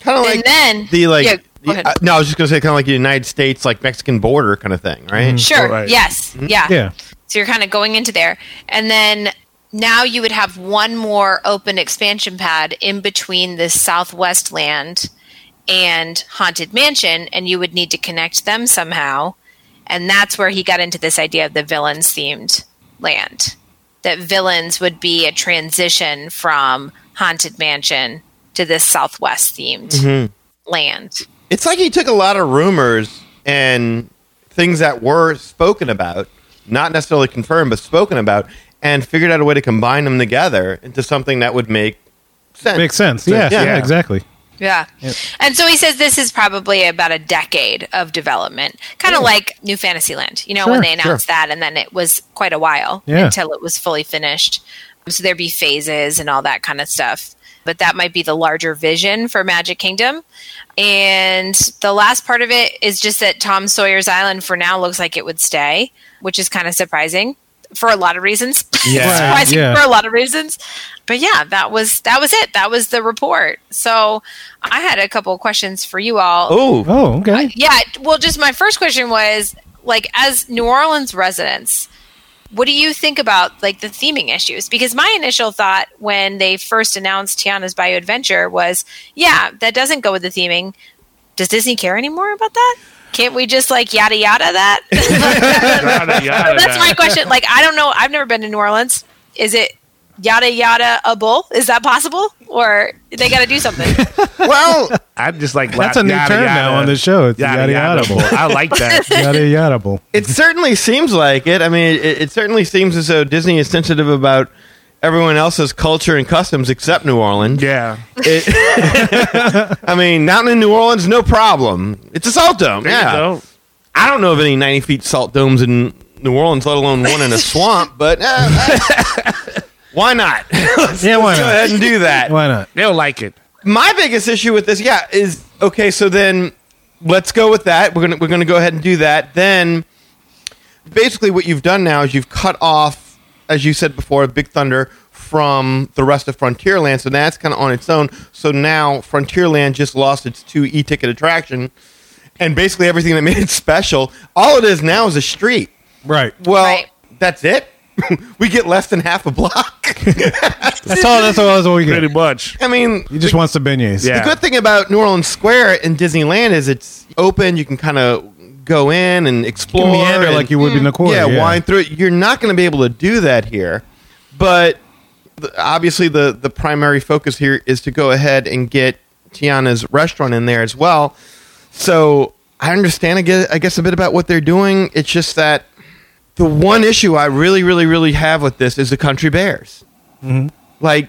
Speaker 3: Kind of
Speaker 4: And
Speaker 3: like
Speaker 4: then-
Speaker 3: the like.
Speaker 4: Yeah, go
Speaker 3: the-
Speaker 4: ahead.
Speaker 3: uh, no, I was just going to say kind of like the United States, like Mexican border kind of thing, right?
Speaker 2: Mm-hmm.
Speaker 4: Sure.
Speaker 5: Right.
Speaker 4: Yes. Yeah.
Speaker 2: Yeah.
Speaker 4: So you're kind of going into there. And then now you would have one more open expansion pad in between this Southwest land and Haunted Mansion, and you would need to connect them somehow. And that's where he got into this idea of the villains themed land. That villains would be a transition from Haunted Mansion to this Southwest themed land.
Speaker 3: It's like he took a lot of rumors and things that were spoken about, not necessarily confirmed, but spoken about, and figured out a way to combine them together into something that would make sense.
Speaker 2: Makes sense. Yeah. Yeah.
Speaker 3: yeah.
Speaker 2: Exactly.
Speaker 4: Yeah. And so he says this is probably about a decade of development, kind of like New Fantasyland, you know,
Speaker 2: Sure,
Speaker 4: when they announced that, and then it was quite a while
Speaker 2: Yeah.
Speaker 4: until it was fully finished. Um, So there'd be phases and all that kind of stuff. But that might be the larger vision for Magic Kingdom. And the last part of it is just that Tom Sawyer's Island for now looks like it would stay, which is kind of surprising for a lot of reasons.
Speaker 5: Yeah.
Speaker 4: It's surprising
Speaker 2: Yeah.
Speaker 4: for a lot of reasons. But yeah, that was that was it. That was the report. So I had a couple of questions for you all.
Speaker 3: Oh,
Speaker 2: Oh, okay.
Speaker 4: Yeah, well just my first question was like as New Orleans residents, what do you think about like the theming issues? Because my initial thought when they first announced Tiana's Bayou Adventure was, yeah, that doesn't go with the theming. Does Disney care anymore about that? Can't we just like yada yada that?
Speaker 5: Oh, Yada, yada.
Speaker 4: That's my question. Like, I don't know. I've never been to New Orleans. Is it yada yada a bull? Is that possible, or they got to do something?
Speaker 5: well, I'm just like
Speaker 2: That's a new
Speaker 5: yada,
Speaker 2: term
Speaker 5: yada.
Speaker 2: now on the show. It's yada
Speaker 5: Yada, yada.
Speaker 2: yada.
Speaker 5: I like that.
Speaker 2: Yada yada.
Speaker 3: it certainly seems like it. I mean, it, it certainly seems as though Disney is sensitive about everyone else's culture and customs except New Orleans.
Speaker 5: yeah.
Speaker 3: It, I mean, down in New Orleans, no problem. It's a salt dome.
Speaker 5: There you
Speaker 3: yeah.
Speaker 5: go.
Speaker 3: I don't know of any 90 feet salt domes in New Orleans, let alone one in a swamp, but uh, I- why not? Let's
Speaker 2: Yeah, why
Speaker 3: go
Speaker 2: not?
Speaker 3: ahead and do that.
Speaker 2: Why not?
Speaker 5: They'll like it.
Speaker 3: My biggest issue with this, yeah, is okay, so then let's go with that. We're going to we're going to go ahead and do that. Then basically what you've done now is you've cut off as you said before Big Thunder from the rest of Frontierland, so that's kind of on its own. So now Frontierland just lost its two e-ticket attraction and basically everything that made it special. All it is now is a street.
Speaker 2: Right.
Speaker 3: Well,
Speaker 4: Right.
Speaker 3: that's it. we get less than half a block.
Speaker 2: That's all. That's all. That's all we
Speaker 5: Pretty
Speaker 2: get.
Speaker 5: much.
Speaker 3: I mean,
Speaker 2: He just wants the beignets.
Speaker 5: Yeah.
Speaker 3: the good thing about New Orleans Square in Disneyland is it's open. You can kind of go in and
Speaker 2: You
Speaker 3: explore,
Speaker 2: can meander
Speaker 3: and-
Speaker 2: like you would
Speaker 4: Mm.
Speaker 2: in the court.
Speaker 3: yeah, wind through it. You're not going to be able to do that here, but the, obviously the the primary focus here is to go ahead and get Tiana's restaurant in there as well. So I understand, I guess, I guess a bit about what they're doing. It's just that the one issue I really, really, really have with this is the country bears. Like,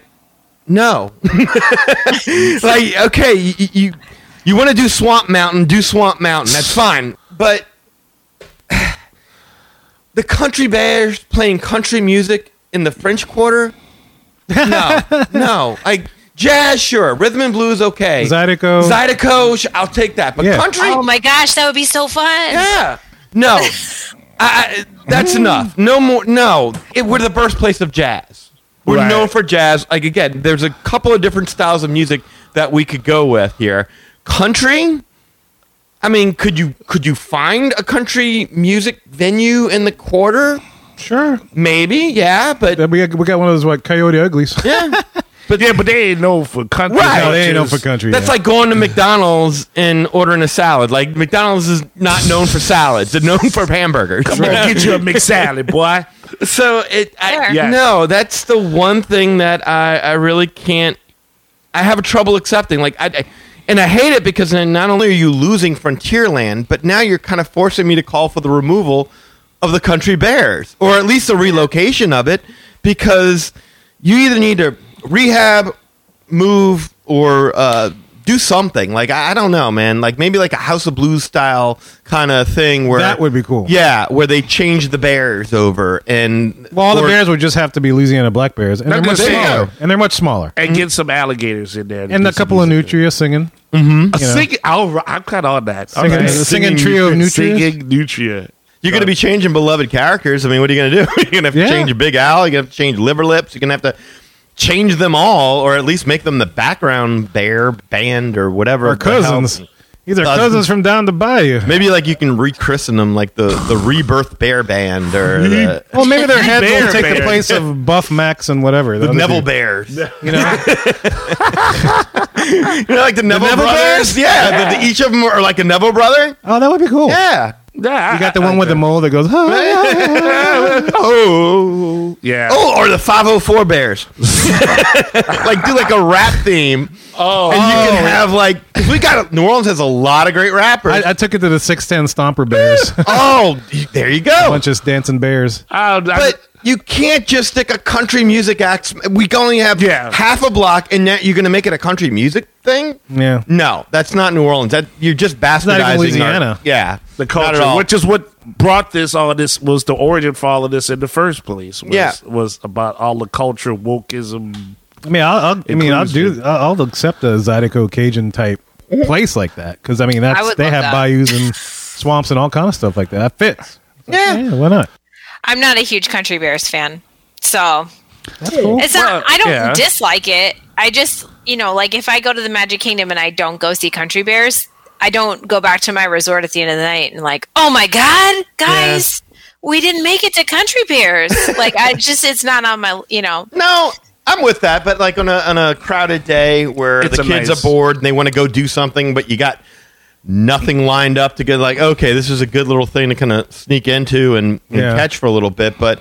Speaker 3: no, like okay, you you, you want to do Swamp Mountain, do Swamp Mountain. That's fine, but the country bears playing country music in the French Quarter. No, no, like jazz, sure, rhythm and blues, okay,
Speaker 2: Zydeco.
Speaker 3: Zydeco, sh- I'll take that, but
Speaker 2: Yeah.
Speaker 3: country,
Speaker 4: oh my gosh, that would be so fun.
Speaker 3: yeah, no, I, I, that's enough. No more. No, it, we're the birthplace of jazz. We're
Speaker 5: Right.
Speaker 3: known for jazz. Like again, there's a couple of different styles of music that we could go with here. Country. I mean, could you could you find a country music venue in the quarter?
Speaker 2: Sure.
Speaker 3: Maybe, yeah, but
Speaker 2: Then we got, we got one of those what Coyote Uglies.
Speaker 3: yeah,
Speaker 5: But yeah, but they ain't known for country.
Speaker 3: Right.
Speaker 2: no, they ain't known for
Speaker 5: cultures.
Speaker 2: country.
Speaker 3: that's
Speaker 2: yeah.
Speaker 3: like going to McDonald's and ordering a salad. Like McDonald's is not known for salads; they're known for hamburgers.
Speaker 5: Come on, get you a McSalad, boy.
Speaker 3: So it, I,
Speaker 4: Fair.
Speaker 5: Yes.
Speaker 3: no, that's the one thing that I, I really can't. I have trouble accepting. Like I, I- and I hate it because then not only are you losing Frontierland, but now you're kind of forcing me to call for the removal of the Country Bears, or at least the relocation of it, because you either need to rehab, move, or uh, do something. Like I, I don't know, man. Like maybe like a House of Blues style kind of thing where
Speaker 2: That would be cool.
Speaker 3: yeah, where they changed the bears over and
Speaker 2: Well, all the
Speaker 3: or-
Speaker 2: bears would just have to be Louisiana black bears, and they're
Speaker 5: Okay,
Speaker 2: much
Speaker 5: there you
Speaker 2: smaller.
Speaker 5: go.
Speaker 2: And they're much smaller.
Speaker 5: And get some alligators in there.
Speaker 2: Mm. And a couple of nutria singing,
Speaker 5: A
Speaker 2: you know.
Speaker 5: sing- I'll, ri- I'm kind of on that. All
Speaker 2: singing,
Speaker 5: right.
Speaker 2: a singing trio of nutrias.
Speaker 5: Singing nutria.
Speaker 3: You're going to be changing beloved characters. I mean, what are you going to do? You're going to have to
Speaker 2: Yeah.
Speaker 3: change Big Al. You're going to have to change Liver Lips. You're going to have to change them all, or at least make them the background bear band or whatever.
Speaker 2: Our
Speaker 3: the hell.
Speaker 2: cousins. These are
Speaker 3: Cousins.
Speaker 2: cousins from down the bayou.
Speaker 3: Maybe like you can rechristen them like the the Rebirth Bear Band or the,
Speaker 2: Well, maybe their heads
Speaker 5: Bear
Speaker 2: will take the
Speaker 5: bear.
Speaker 2: place of Buff Max and whatever.
Speaker 3: the
Speaker 2: other
Speaker 3: Neville
Speaker 2: dude.
Speaker 3: Bears. You
Speaker 2: You know,
Speaker 3: know, like the Neville,
Speaker 2: Neville
Speaker 3: Brothers.
Speaker 2: Bears?
Speaker 3: Yeah, the- the- each of them are like a Neville brother.
Speaker 2: oh, that would be cool.
Speaker 3: Yeah.
Speaker 5: Yeah,
Speaker 2: You got the one with the mole that goes. "Hi, hi, hi."
Speaker 3: Oh.
Speaker 5: yeah.
Speaker 3: Oh, or the 504 Bears. like, do like a rap theme. Oh. And you can have like, 'cause we got, New Orleans has a lot of great rappers.
Speaker 2: I, I took it to the six ten Stomper Bears.
Speaker 3: oh, there you go.
Speaker 2: Bunch of dancing bears.
Speaker 5: I, I,
Speaker 3: But You can't just stick a country music act. We only have
Speaker 5: Yeah.
Speaker 3: half a block, and now you're going to make it a country music thing?
Speaker 2: Yeah.
Speaker 3: No, that's not New Orleans. That you're just
Speaker 2: not
Speaker 3: bastardizing
Speaker 2: even
Speaker 3: our-
Speaker 2: Louisiana.
Speaker 3: yeah,
Speaker 5: the
Speaker 3: Not at
Speaker 5: culture,
Speaker 3: all.
Speaker 5: which is what brought this all of this was the origin for all of this in the first place. Was,
Speaker 3: Yeah.
Speaker 5: was about all the culture wokeism.
Speaker 2: I mean, I'll, I'll I mean, I'll do.
Speaker 5: Inclusive.
Speaker 2: I'll I'll accept a Zydeco Cajun type place like that because I mean, that's
Speaker 4: I would
Speaker 2: they
Speaker 4: love
Speaker 2: have
Speaker 4: that.
Speaker 2: bayous and swamps and all kind of stuff like that. That fits.
Speaker 3: yeah.
Speaker 2: Yeah, why not?
Speaker 4: I'm not a huge Country Bears fan, so
Speaker 2: That's cool.
Speaker 4: it's not.
Speaker 5: Well,
Speaker 4: I don't
Speaker 5: yeah.
Speaker 4: dislike it. I just, you know, like if I go to the Magic Kingdom and I don't go see Country Bears, I don't go back to my resort at the end of the night and like, oh my god, guys, we didn't make it to Country Bears. like I just, it's not on my, you know,
Speaker 3: No, I'm with that, but like on a on a crowded day where
Speaker 5: It's
Speaker 3: the
Speaker 5: a
Speaker 3: kids
Speaker 5: nice-
Speaker 3: are bored and they want to go do something, but you got nothing lined up to go like, okay, this is a good little thing to kind of sneak into and, and
Speaker 2: Yeah.
Speaker 3: catch for a little bit, but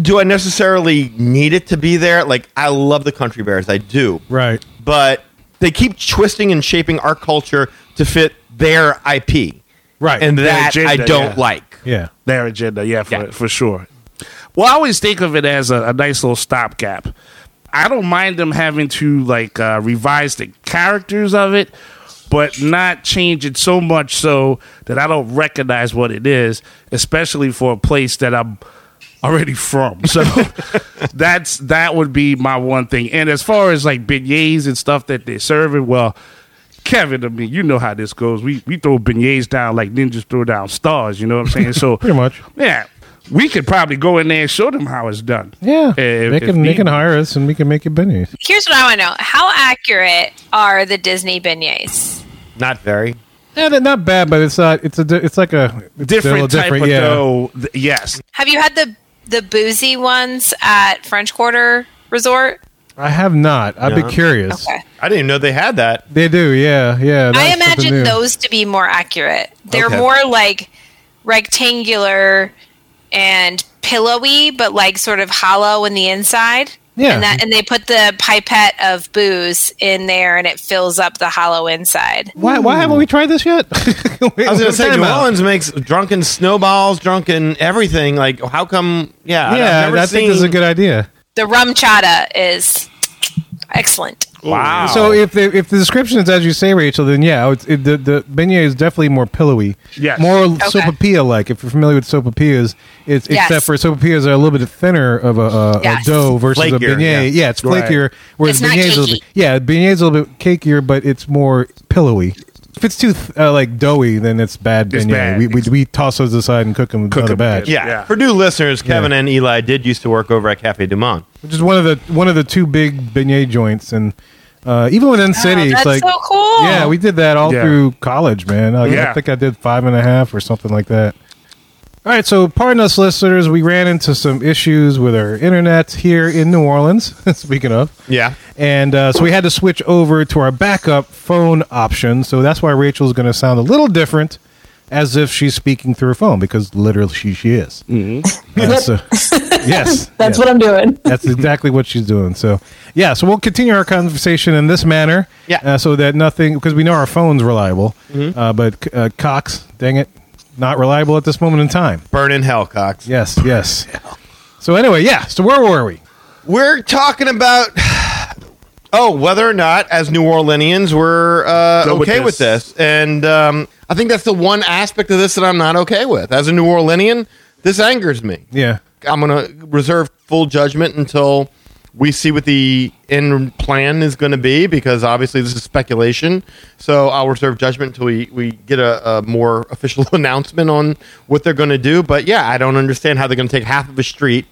Speaker 3: do I necessarily need it to be there? Like I love the country bears, I do.
Speaker 2: right.
Speaker 3: But they keep twisting and shaping our culture to fit their IP.
Speaker 2: Right.
Speaker 3: And
Speaker 5: Their
Speaker 3: that I
Speaker 5: agenda,
Speaker 3: don't
Speaker 5: yeah.
Speaker 3: like.
Speaker 2: Yeah.
Speaker 5: Their agenda, yeah, for,
Speaker 3: Yeah.
Speaker 5: for sure. Well, I always think of it as a, a nice little stopgap. I don't mind them having to like uh, revise the characters of it, but not change it so much so that I don't recognize what it is, especially for a place that I'm already from. So that's that would be my one thing. And as far as like beignets and stuff that they're serving, well, Kevin, I mean, you know how this goes. We we throw beignets down like ninjas throw down stars. You know what I'm saying? So
Speaker 2: Pretty much.
Speaker 5: yeah. We could probably go in there and show them how it's done.
Speaker 2: Yeah.
Speaker 5: If- if
Speaker 2: they can
Speaker 5: need
Speaker 2: they can
Speaker 5: be.
Speaker 2: hire us and we can make it beignets.
Speaker 4: here's what I want to know: How accurate are the Disney beignets?
Speaker 3: Not very.
Speaker 2: Yeah, they're not bad, but it's not. It's a. di- It's like a it's a little
Speaker 5: different type
Speaker 2: different,
Speaker 5: of
Speaker 2: yeah.
Speaker 5: dough. Th- Yes,
Speaker 4: Have you had the the boozy ones at French Quarter Resort?
Speaker 2: I have not. I'd
Speaker 3: No.
Speaker 2: be curious.
Speaker 4: Okay.
Speaker 3: I didn't even know they had that.
Speaker 2: They do. Yeah. Yeah.
Speaker 4: I
Speaker 2: that's something new.
Speaker 4: imagine those to be more accurate. They're
Speaker 3: Okay.
Speaker 4: more like rectangular and pillowy, but like sort of hollow in the inside.
Speaker 2: Yeah.
Speaker 4: And that and they put the pipette of booze in there and it fills up the hollow inside.
Speaker 2: Why, why haven't we tried this yet?
Speaker 3: I was gonna say New Orleans makes drunken snowballs, drunken everything. Like, how come? Yeah,
Speaker 2: Yeah, I think this is a good idea.
Speaker 4: The rum chata is excellent.
Speaker 3: wow.
Speaker 2: So if the if the description is as you say, Rachel, then yeah, it's, it, the the beignet is definitely more pillowy.
Speaker 5: Yes.
Speaker 2: more sopapilla like. If you're familiar with sopapillas, it's
Speaker 4: Yes.
Speaker 2: except for sopapillas are a little bit thinner of a, a,
Speaker 4: Yes.
Speaker 2: a dough versus a
Speaker 3: Flakier,
Speaker 2: beignet.
Speaker 3: yeah.
Speaker 2: Yeah, it's flakier. Whereas
Speaker 4: It's not
Speaker 2: beignet's a little
Speaker 4: cakey.
Speaker 2: bit, yeah, beignet's a little bit cakier, but it's more pillowy. If it's too uh, like doughy, then it's bad
Speaker 5: It's
Speaker 2: beignet.
Speaker 5: bad.
Speaker 2: We, we we toss those aside and cook them with
Speaker 5: Cook
Speaker 2: another
Speaker 5: 'em,
Speaker 2: batch.
Speaker 3: yeah.
Speaker 5: Yeah.
Speaker 3: For new listeners, Kevin and Eli did used to work over at Cafe Du Monde.
Speaker 2: which is one of the one of the two big beignet joints, and uh, even within city, it's
Speaker 4: that's
Speaker 2: like
Speaker 4: so cool.
Speaker 2: Yeah, we did that all
Speaker 5: Yeah.
Speaker 2: through college, man. Like,
Speaker 5: Yeah.
Speaker 2: I think I did five and a half or something like that. All right, so pardon us, listeners. We ran into some issues with our internet here in New Orleans. Speaking of,
Speaker 3: Yeah.
Speaker 2: and uh, so we had to switch over to our backup phone option. So that's why Rachel's going to sound a little different, as if she's speaking through her phone, because literally she, she is. Mm-hmm. yes, yes.
Speaker 8: That's what I'm doing.
Speaker 2: That's exactly what she's doing. So, yeah, so we'll continue our conversation in this manner.
Speaker 3: Yeah.
Speaker 2: Uh, so that nothing, because we know our phone's reliable, uh, but uh, Cox, dang it, not reliable at this moment in time.
Speaker 3: Burn in hell, Cox.
Speaker 2: Yes, yes. So, anyway, yeah, so where were we?
Speaker 3: We're talking about oh, whether or not as New Orleanians we're uh,
Speaker 5: Go with
Speaker 3: okay with this,
Speaker 5: this.
Speaker 3: and um, I think that's the one aspect of this that I'm not okay with. As a New Orleanian, this angers me.
Speaker 2: Yeah.
Speaker 3: I'm going to reserve full judgment until we see what the end plan is going to be, because obviously this is speculation. So I'll reserve judgment until we, we get a, a more official announcement on what they're going to do. But yeah, I don't understand how they're going to take half of a street,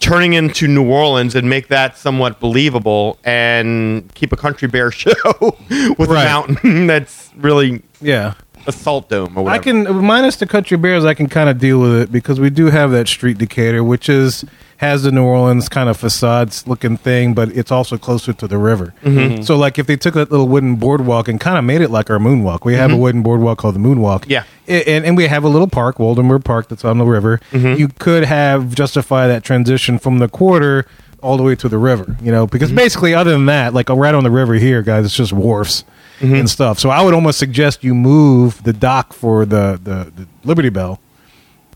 Speaker 3: turning into New Orleans, and make that somewhat believable and keep a country bear show with
Speaker 2: Right.
Speaker 3: a mountain that's really
Speaker 2: Yeah.
Speaker 3: a salt dome or whatever.
Speaker 2: I can minus the country bears. I can kind of deal with it because we do have that street Decatur, which is has the New Orleans kind of facades looking thing, but it's also closer to the river.
Speaker 3: Mm-hmm.
Speaker 2: So, like if they took that little wooden boardwalk and kind of made it like our moonwalk, we have
Speaker 3: Mm-hmm.
Speaker 2: a wooden boardwalk called the Moonwalk.
Speaker 3: Yeah.
Speaker 2: A- and, and we have a little park, Waldenburg Park, that's on the river. You could have justify that transition from the quarter all the way to the river, you know, because basically, other than that, like uh, right on the river here, guys, it's just wharfs and stuff. So I would almost suggest you move the dock for the the, the Liberty Bell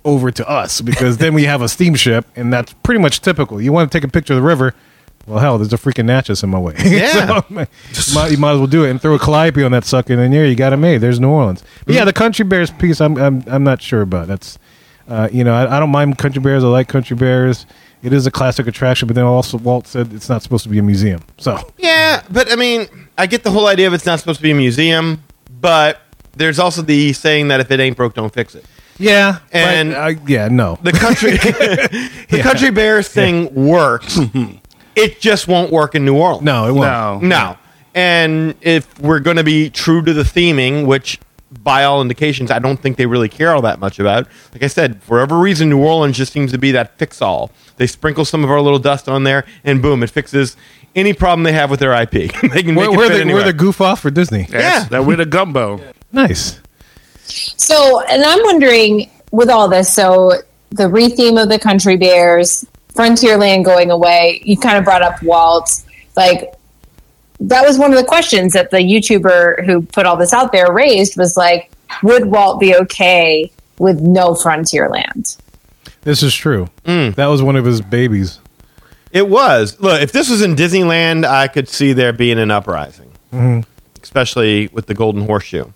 Speaker 2: over to us because then we have a steamship, and that's pretty much typical. You want to take a picture of the river. Well, hell, there's a freaking Natchez in my way.
Speaker 3: Yeah.
Speaker 2: So, might- you, might, as well do it and throw a calliope on that sucker, and then yeah, you got it made. There's New Orleans. But yeah, the Country Bears piece, I'm, I'm, I'm not sure about. That's, uh, you know, I, I don't mind Country Bears. I like Country Bears. It is a classic attraction, but then also Walt said it's not supposed to be a museum. So
Speaker 3: Yeah, but I mean, I get the whole idea of it's not supposed to be a museum, but there's also the saying that if it ain't broke, don't fix it.
Speaker 2: yeah,
Speaker 3: And-
Speaker 2: uh, yeah, no,
Speaker 3: The country, the country bears thing works. it just won't work in New Orleans.
Speaker 2: no, it won't.
Speaker 5: No.
Speaker 3: No. And if we're going to be true to the theming, which by all indications, I don't think they really care all that much about. Like I said, for whatever reason, New Orleans just seems to be that fix all. They sprinkle some of our little dust on there, and boom, it fixes any problem they have with their IP. they can make
Speaker 2: We're,
Speaker 3: it
Speaker 2: we're
Speaker 3: fit
Speaker 2: the,
Speaker 3: anywhere.
Speaker 2: we're the goof off for Disney.
Speaker 5: That's-
Speaker 3: Yeah.
Speaker 5: That with a gumbo.
Speaker 2: Nice.
Speaker 8: So, and I'm wondering with all this, so the retheme of the Country Bears, Frontierland going away, you kind of brought up Walt. Like, that was one of the questions that the YouTuber who put all this out there raised was like, would Walt be okay with no Frontierland?
Speaker 2: This is true.
Speaker 3: Mm.
Speaker 2: That was one of his babies.
Speaker 3: It was. Look, if this was in Disneyland, I could see there being an uprising,
Speaker 2: Mm-hmm.
Speaker 3: especially with the Golden Horseshoe.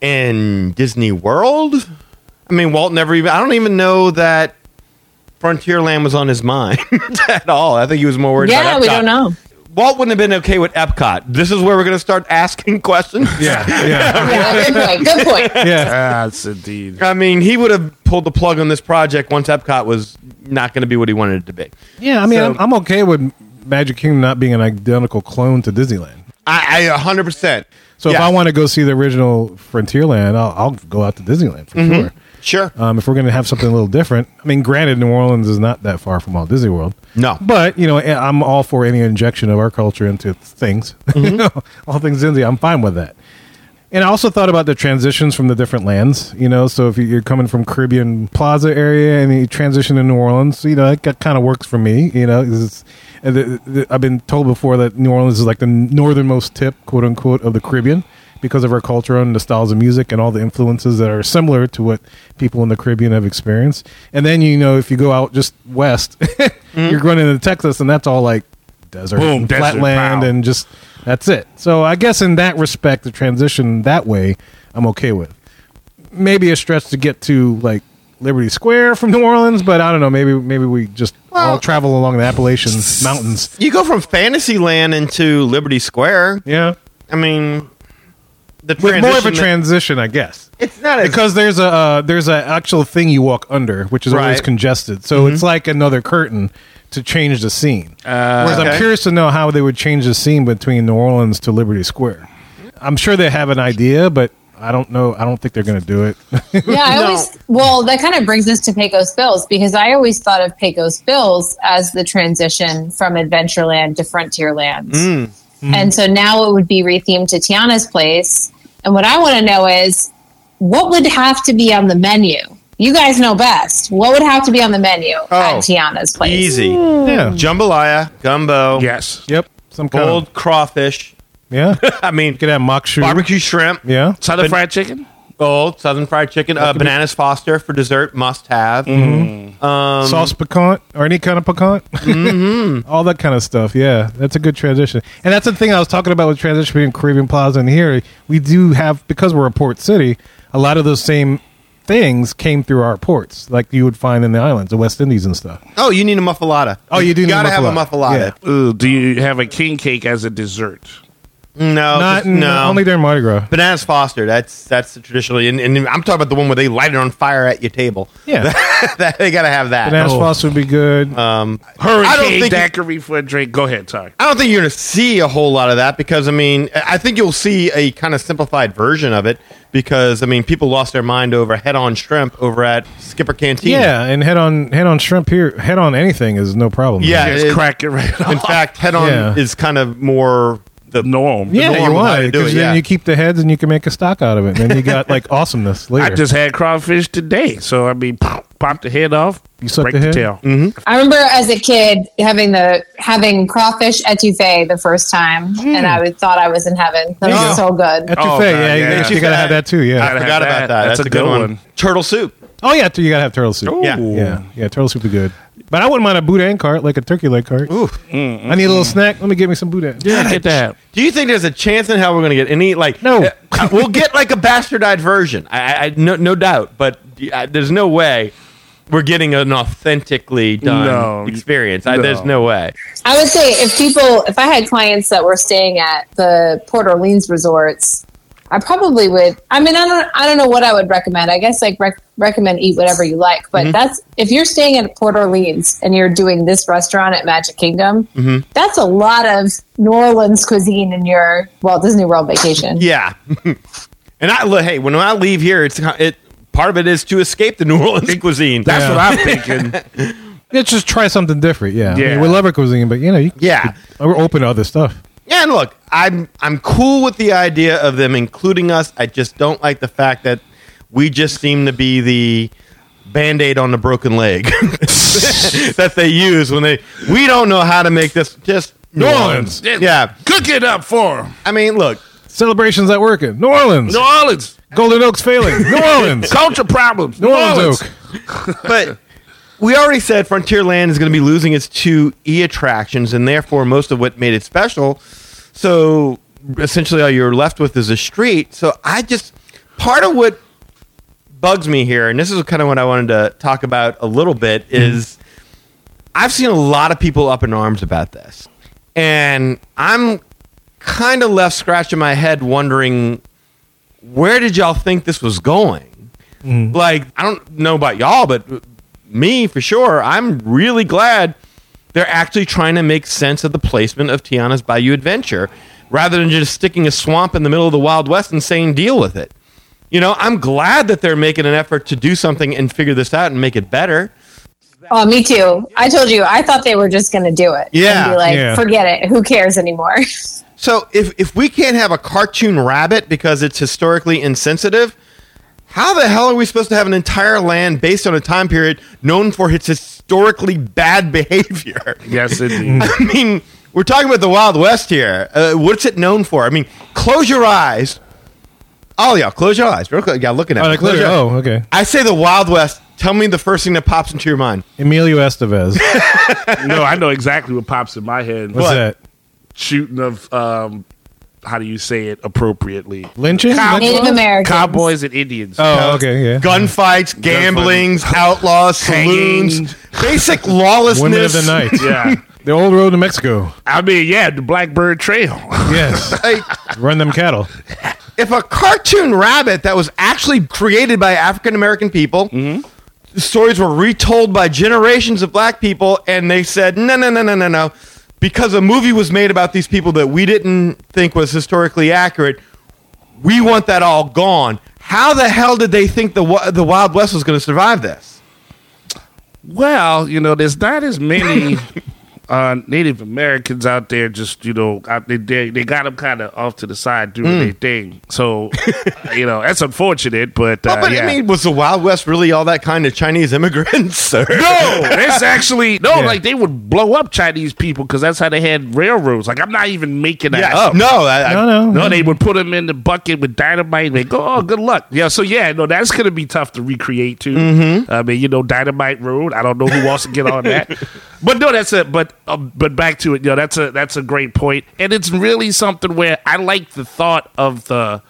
Speaker 3: In Disney World, I mean, Walt never even. I don't even know that Frontierland was on his mind at all. I think he was more worried.
Speaker 8: Yeah,
Speaker 3: about
Speaker 8: we
Speaker 3: Epcot.
Speaker 8: don't know.
Speaker 3: Walt wouldn't have been okay with Epcot. This is where we're going to start asking questions.
Speaker 2: Yeah, yeah,
Speaker 8: Yeah, good point. Good point.
Speaker 2: yeah.
Speaker 5: That's indeed.
Speaker 3: I mean, he would have pulled the plug on this project once Epcot was not going to be what he wanted it to be.
Speaker 2: Yeah, I mean,
Speaker 3: So-
Speaker 2: I'm, I'm okay with Magic Kingdom not being an identical clone to Disneyland.
Speaker 3: I, I 100%.
Speaker 2: So if
Speaker 3: Yeah.
Speaker 2: I want to go see the original Frontierland, I'll, I'll go out to Disneyland
Speaker 3: Mm-hmm.
Speaker 2: for sure.
Speaker 3: Sure.
Speaker 2: Um, if we're going to have something a little different, I mean, granted, New Orleans is not that far from Walt Disney World.
Speaker 3: No.
Speaker 2: But, you know, I- I'm all for any injection of our culture into things. You know,
Speaker 3: Mm-hmm.
Speaker 2: all things Disney, I'm fine with that. And I also thought about the transitions from the different lands, you know. So if you- you're coming from Caribbean Plaza area and you transition to New Orleans, you know, that kind of works for me, you know. 'cause It's, and the, the, I've been told before that New Orleans is like the northernmost tip, quote unquote, of the Caribbean because of our culture and the styles of music and all the influences that are similar to what people in the Caribbean have experienced. And then, you know, if you go out just west, you're going into Texas and that's all like desert,
Speaker 5: Mm-hmm. Boom,
Speaker 2: and
Speaker 5: desert,
Speaker 2: flatland,
Speaker 5: wow.
Speaker 2: and just that's it. So I guess in that respect, the transition that way, I'm okay with. Maybe a stretch to get to like Liberty Square from New Orleans, but I don't know. Maybe maybe we just all travel along the Appalachian Mountains.
Speaker 3: You go from Fantasyland into Liberty Square.
Speaker 2: Yeah,
Speaker 3: I mean, the
Speaker 2: with more of a
Speaker 3: transition-
Speaker 2: transition, I guess.
Speaker 3: It's not as
Speaker 2: because there's a uh, there's an actual thing you walk under, which is always
Speaker 3: Right. Mm-hmm.
Speaker 2: congested. So it's like another curtain to change the scene. Whereas I'm
Speaker 3: Uh, okay.
Speaker 2: curious to know how they would change the scene between New Orleans to Liberty Square. I'm sure they have an idea, but I don't know. I don't think they're going to do it.
Speaker 8: Yeah, I always well, that kind of brings us to Pecos Bills because I always thought of Pecos Bills as the transition from Adventureland to Frontierland.
Speaker 3: Mm,
Speaker 8: And so now it would be rethemed to Tiana's place. And what I want to know is what would have to be on the menu? You guys know best. What would have to be on the menu at
Speaker 3: Oh,
Speaker 8: Tiana's place?
Speaker 3: easy.
Speaker 2: yeah.
Speaker 3: Jambalaya, gumbo,
Speaker 5: Yes.
Speaker 2: Yep. Some kind
Speaker 3: cold
Speaker 2: of
Speaker 3: crawfish.
Speaker 2: yeah. You
Speaker 3: I mean,
Speaker 2: could have mock shoe.
Speaker 3: barbecue shrimp.
Speaker 2: Yeah.
Speaker 5: Southern
Speaker 3: But-
Speaker 5: fried chicken?
Speaker 3: Gold, southern fried chicken, uh, bananas foster for dessert, must have.
Speaker 2: Mm-hmm.
Speaker 3: Um,
Speaker 2: Sauce piquant or any kind of piquant,
Speaker 3: Mm-hmm.
Speaker 2: all that kind of stuff. Yeah, that's a good transition, and that's the thing I was talking about with transition between Caribbean Plaza and here. We do have because we're a port city, a lot of those same things came through our ports, like you would find in the islands, the West Indies and stuff.
Speaker 3: Oh, you need a muffalata.
Speaker 2: Oh, you do need a
Speaker 3: gotta have a
Speaker 2: muffalata.
Speaker 3: muffalata.
Speaker 5: Ooh, do you have a king cake as a dessert?
Speaker 3: No,
Speaker 2: Not
Speaker 3: Oh, just- no,
Speaker 2: only during Mardi Gras.
Speaker 3: bananas foster. That's that's the traditional, and, and I'm talking about the one where they light it on fire at your table.
Speaker 2: Yeah,
Speaker 3: that, they gotta have that.
Speaker 2: bananas floss would be good.
Speaker 3: Uh,
Speaker 5: Hurricane
Speaker 3: think-
Speaker 5: daiquiri for a drink. Go ahead, sorry.
Speaker 3: I don't think you're going to see a whole lot of that because I mean I I think you'll see a kind of simplified version of it because I mean people lost their mind over head-on shrimp over at Skipper Canteen.
Speaker 2: yeah, and head on head on shrimp here, head on anything is no problem.
Speaker 3: yeah.
Speaker 5: Just
Speaker 3: it-
Speaker 5: crack it right
Speaker 3: in
Speaker 5: off.
Speaker 3: fact, head-on
Speaker 2: Yeah.
Speaker 3: is kind of more the
Speaker 5: Norm.
Speaker 2: Yeah,
Speaker 3: norm
Speaker 2: you
Speaker 3: of how
Speaker 2: want
Speaker 3: to
Speaker 2: it
Speaker 3: do
Speaker 2: because
Speaker 3: it,
Speaker 2: then
Speaker 3: yeah.
Speaker 2: you keep the heads and you can make a stock out of it, and then you got like awesomeness later.
Speaker 5: I just had crawfish today, so I mean, pop, pop the head off,
Speaker 2: You suck
Speaker 5: break
Speaker 2: the
Speaker 5: the,
Speaker 2: head? Mm-hmm.
Speaker 5: tail.
Speaker 8: I remember as a kid having the having crawfish etouffee the first time,
Speaker 3: Hmm.
Speaker 8: and I would, thought I was in heaven. That was so good.
Speaker 2: Etouffee,
Speaker 5: Oh, God,
Speaker 2: yeah, you-
Speaker 5: yeah.
Speaker 2: you gotta have that too. Yeah,
Speaker 5: I
Speaker 3: Forgot about
Speaker 5: have that.
Speaker 3: that. That's, a good, one.
Speaker 5: one.
Speaker 3: Turtle soup.
Speaker 2: Oh yeah, you gotta have turtle soup.
Speaker 3: Yeah.
Speaker 2: yeah, yeah. Turtle soup is good, but I wouldn't mind a boudin cart like a turkey leg cart. Ooh, I need a little snack. Let me get me some boudin.
Speaker 5: Yeah, get that.
Speaker 3: Do you think there's a chance in hell we're going to get any like?
Speaker 2: No.
Speaker 3: Uh, we'll get like a bastardized version. I, I- I no, no doubt, but uh, there's no way we're getting an authentically done
Speaker 5: No.
Speaker 3: experience. I, there's
Speaker 5: No.
Speaker 3: no way.
Speaker 8: I would say if people, if I had clients that were staying at the Port Orleans resorts, I probably would. I mean, I don't, I don't know what I would recommend. I guess like rec- recommend eat whatever you like, but that's if you're staying at Port Orleans and you're doing this restaurant at Magic Kingdom, that's a lot of New Orleans cuisine in your Walt Disney World vacation.
Speaker 3: Yeah. and I look, hey, when I leave here, it's it. Part of it is to escape the New Orleans cuisine.
Speaker 5: That's
Speaker 2: Yeah.
Speaker 5: what I'm thinking.
Speaker 2: Let's just try something different. Yeah, I mean,
Speaker 5: Yeah.
Speaker 2: we love our cuisine, but you know, you, Uh,
Speaker 3: Yeah.
Speaker 2: we're open to other stuff.
Speaker 3: Yeah, and look, I'm I'm cool with the idea of them including us. I just don't like the fact that we just seem to be the band-aid on the broken leg that they use when they we don't know how to make this just New
Speaker 2: Orleans.
Speaker 3: Yeah.
Speaker 5: Cook it up for 'em.
Speaker 3: I mean, look,
Speaker 2: Celebrations at work in New Orleans.
Speaker 5: New Orleans.
Speaker 2: Golden Oaks failing. New Orleans.
Speaker 5: Culture problems.
Speaker 2: New Orleans Oak.
Speaker 3: but we already said Frontierland is going to be losing its two E attractions, and therefore most of what made it special. So essentially, all you're left with is a street. So I just part of what bugs me here, and this is kind of what I wanted to talk about a little bit is I've seen a lot of people up in arms about this, and I'm kind of left scratching my head wondering where did y'all think this was going? Like, I don't know about y'all, but me for sure, I'm really glad they're actually trying to make sense of the placement of Tiana's Bayou Adventure rather than just sticking a swamp in the middle of the Wild West and saying deal with it. You know, I'm glad that they're making an effort to do something and figure this out and make it better.
Speaker 8: Oh, me too. I told you, I thought they were just going to do it.
Speaker 3: Yeah,
Speaker 8: And be like,
Speaker 2: yeah.
Speaker 8: forget it. Who cares anymore?
Speaker 3: So if if we can't have a cartoon rabbit because it's historically insensitive, how the hell are we supposed to have an entire land based on a time period known for its historically bad behavior?
Speaker 5: Yes, indeed.
Speaker 3: I mean, we're talking about the Wild West here. Uh, what's it known for? I mean, close your eyes. All y'all, close your eyes. Real quick, y'all looking at
Speaker 2: Oh,
Speaker 3: me.
Speaker 2: like,
Speaker 3: Close
Speaker 2: literally-
Speaker 3: your-
Speaker 2: oh, okay.
Speaker 3: I say the Wild West. Tell me the first thing that pops into your mind.
Speaker 2: Emilio Estevez. What's
Speaker 5: no, I know exactly what pops in my head.
Speaker 2: that?
Speaker 5: Shooting of, um, how do you say it appropriately?
Speaker 2: Lynching?
Speaker 8: Native Americans.
Speaker 5: Cowboys and Indians.
Speaker 2: Oh, okay, yeah.
Speaker 3: Gunfights, gamblings, outlaws,
Speaker 5: Hangings.
Speaker 3: saloons, basic
Speaker 2: Women of the
Speaker 3: lawlessness.
Speaker 2: night.
Speaker 5: Yeah.
Speaker 2: The old road to Mexico.
Speaker 5: I mean, yeah, the Blackbird Trail.
Speaker 2: Yes.
Speaker 3: Like,
Speaker 2: Run them cattle.
Speaker 3: if a cartoon rabbit that was actually created by African American people, stories were retold by generations of black people, and they said, no, no, no, no, no, no, because a movie was made about these people that we didn't think was historically accurate, we want that all gone. How the hell did they think the, Wi- the Wild West was going to survive this?
Speaker 5: Well, you know, there's not as many uh, Native Americans out there. Just you know, out there, they they got them kind of off to the side doing
Speaker 3: Hmm.
Speaker 5: their thing. So, you know, that's unfortunate. But, uh,
Speaker 3: Well, Oh, but
Speaker 5: yeah.
Speaker 3: I mean, was the Wild West really all that kind of Chinese immigrants? sir?
Speaker 5: no, it's actually no.
Speaker 2: Yeah.
Speaker 5: Like they would blow up Chinese people because that's how they had railroads. Like I'm not even making that
Speaker 3: Yes.
Speaker 5: up.
Speaker 3: No, I, I-
Speaker 2: No, no.
Speaker 5: No, they would put them in the bucket with dynamite. And they go, oh, good luck. Yeah, so yeah, no, that's gonna be tough to recreate too.
Speaker 3: Mm-hmm.
Speaker 5: I mean, you know, Dynamite Road. I don't know who wants to get on that, but no, that's a but. Um, but back to it, you know, that's a that's a great point, and it's really something where I like the thought of the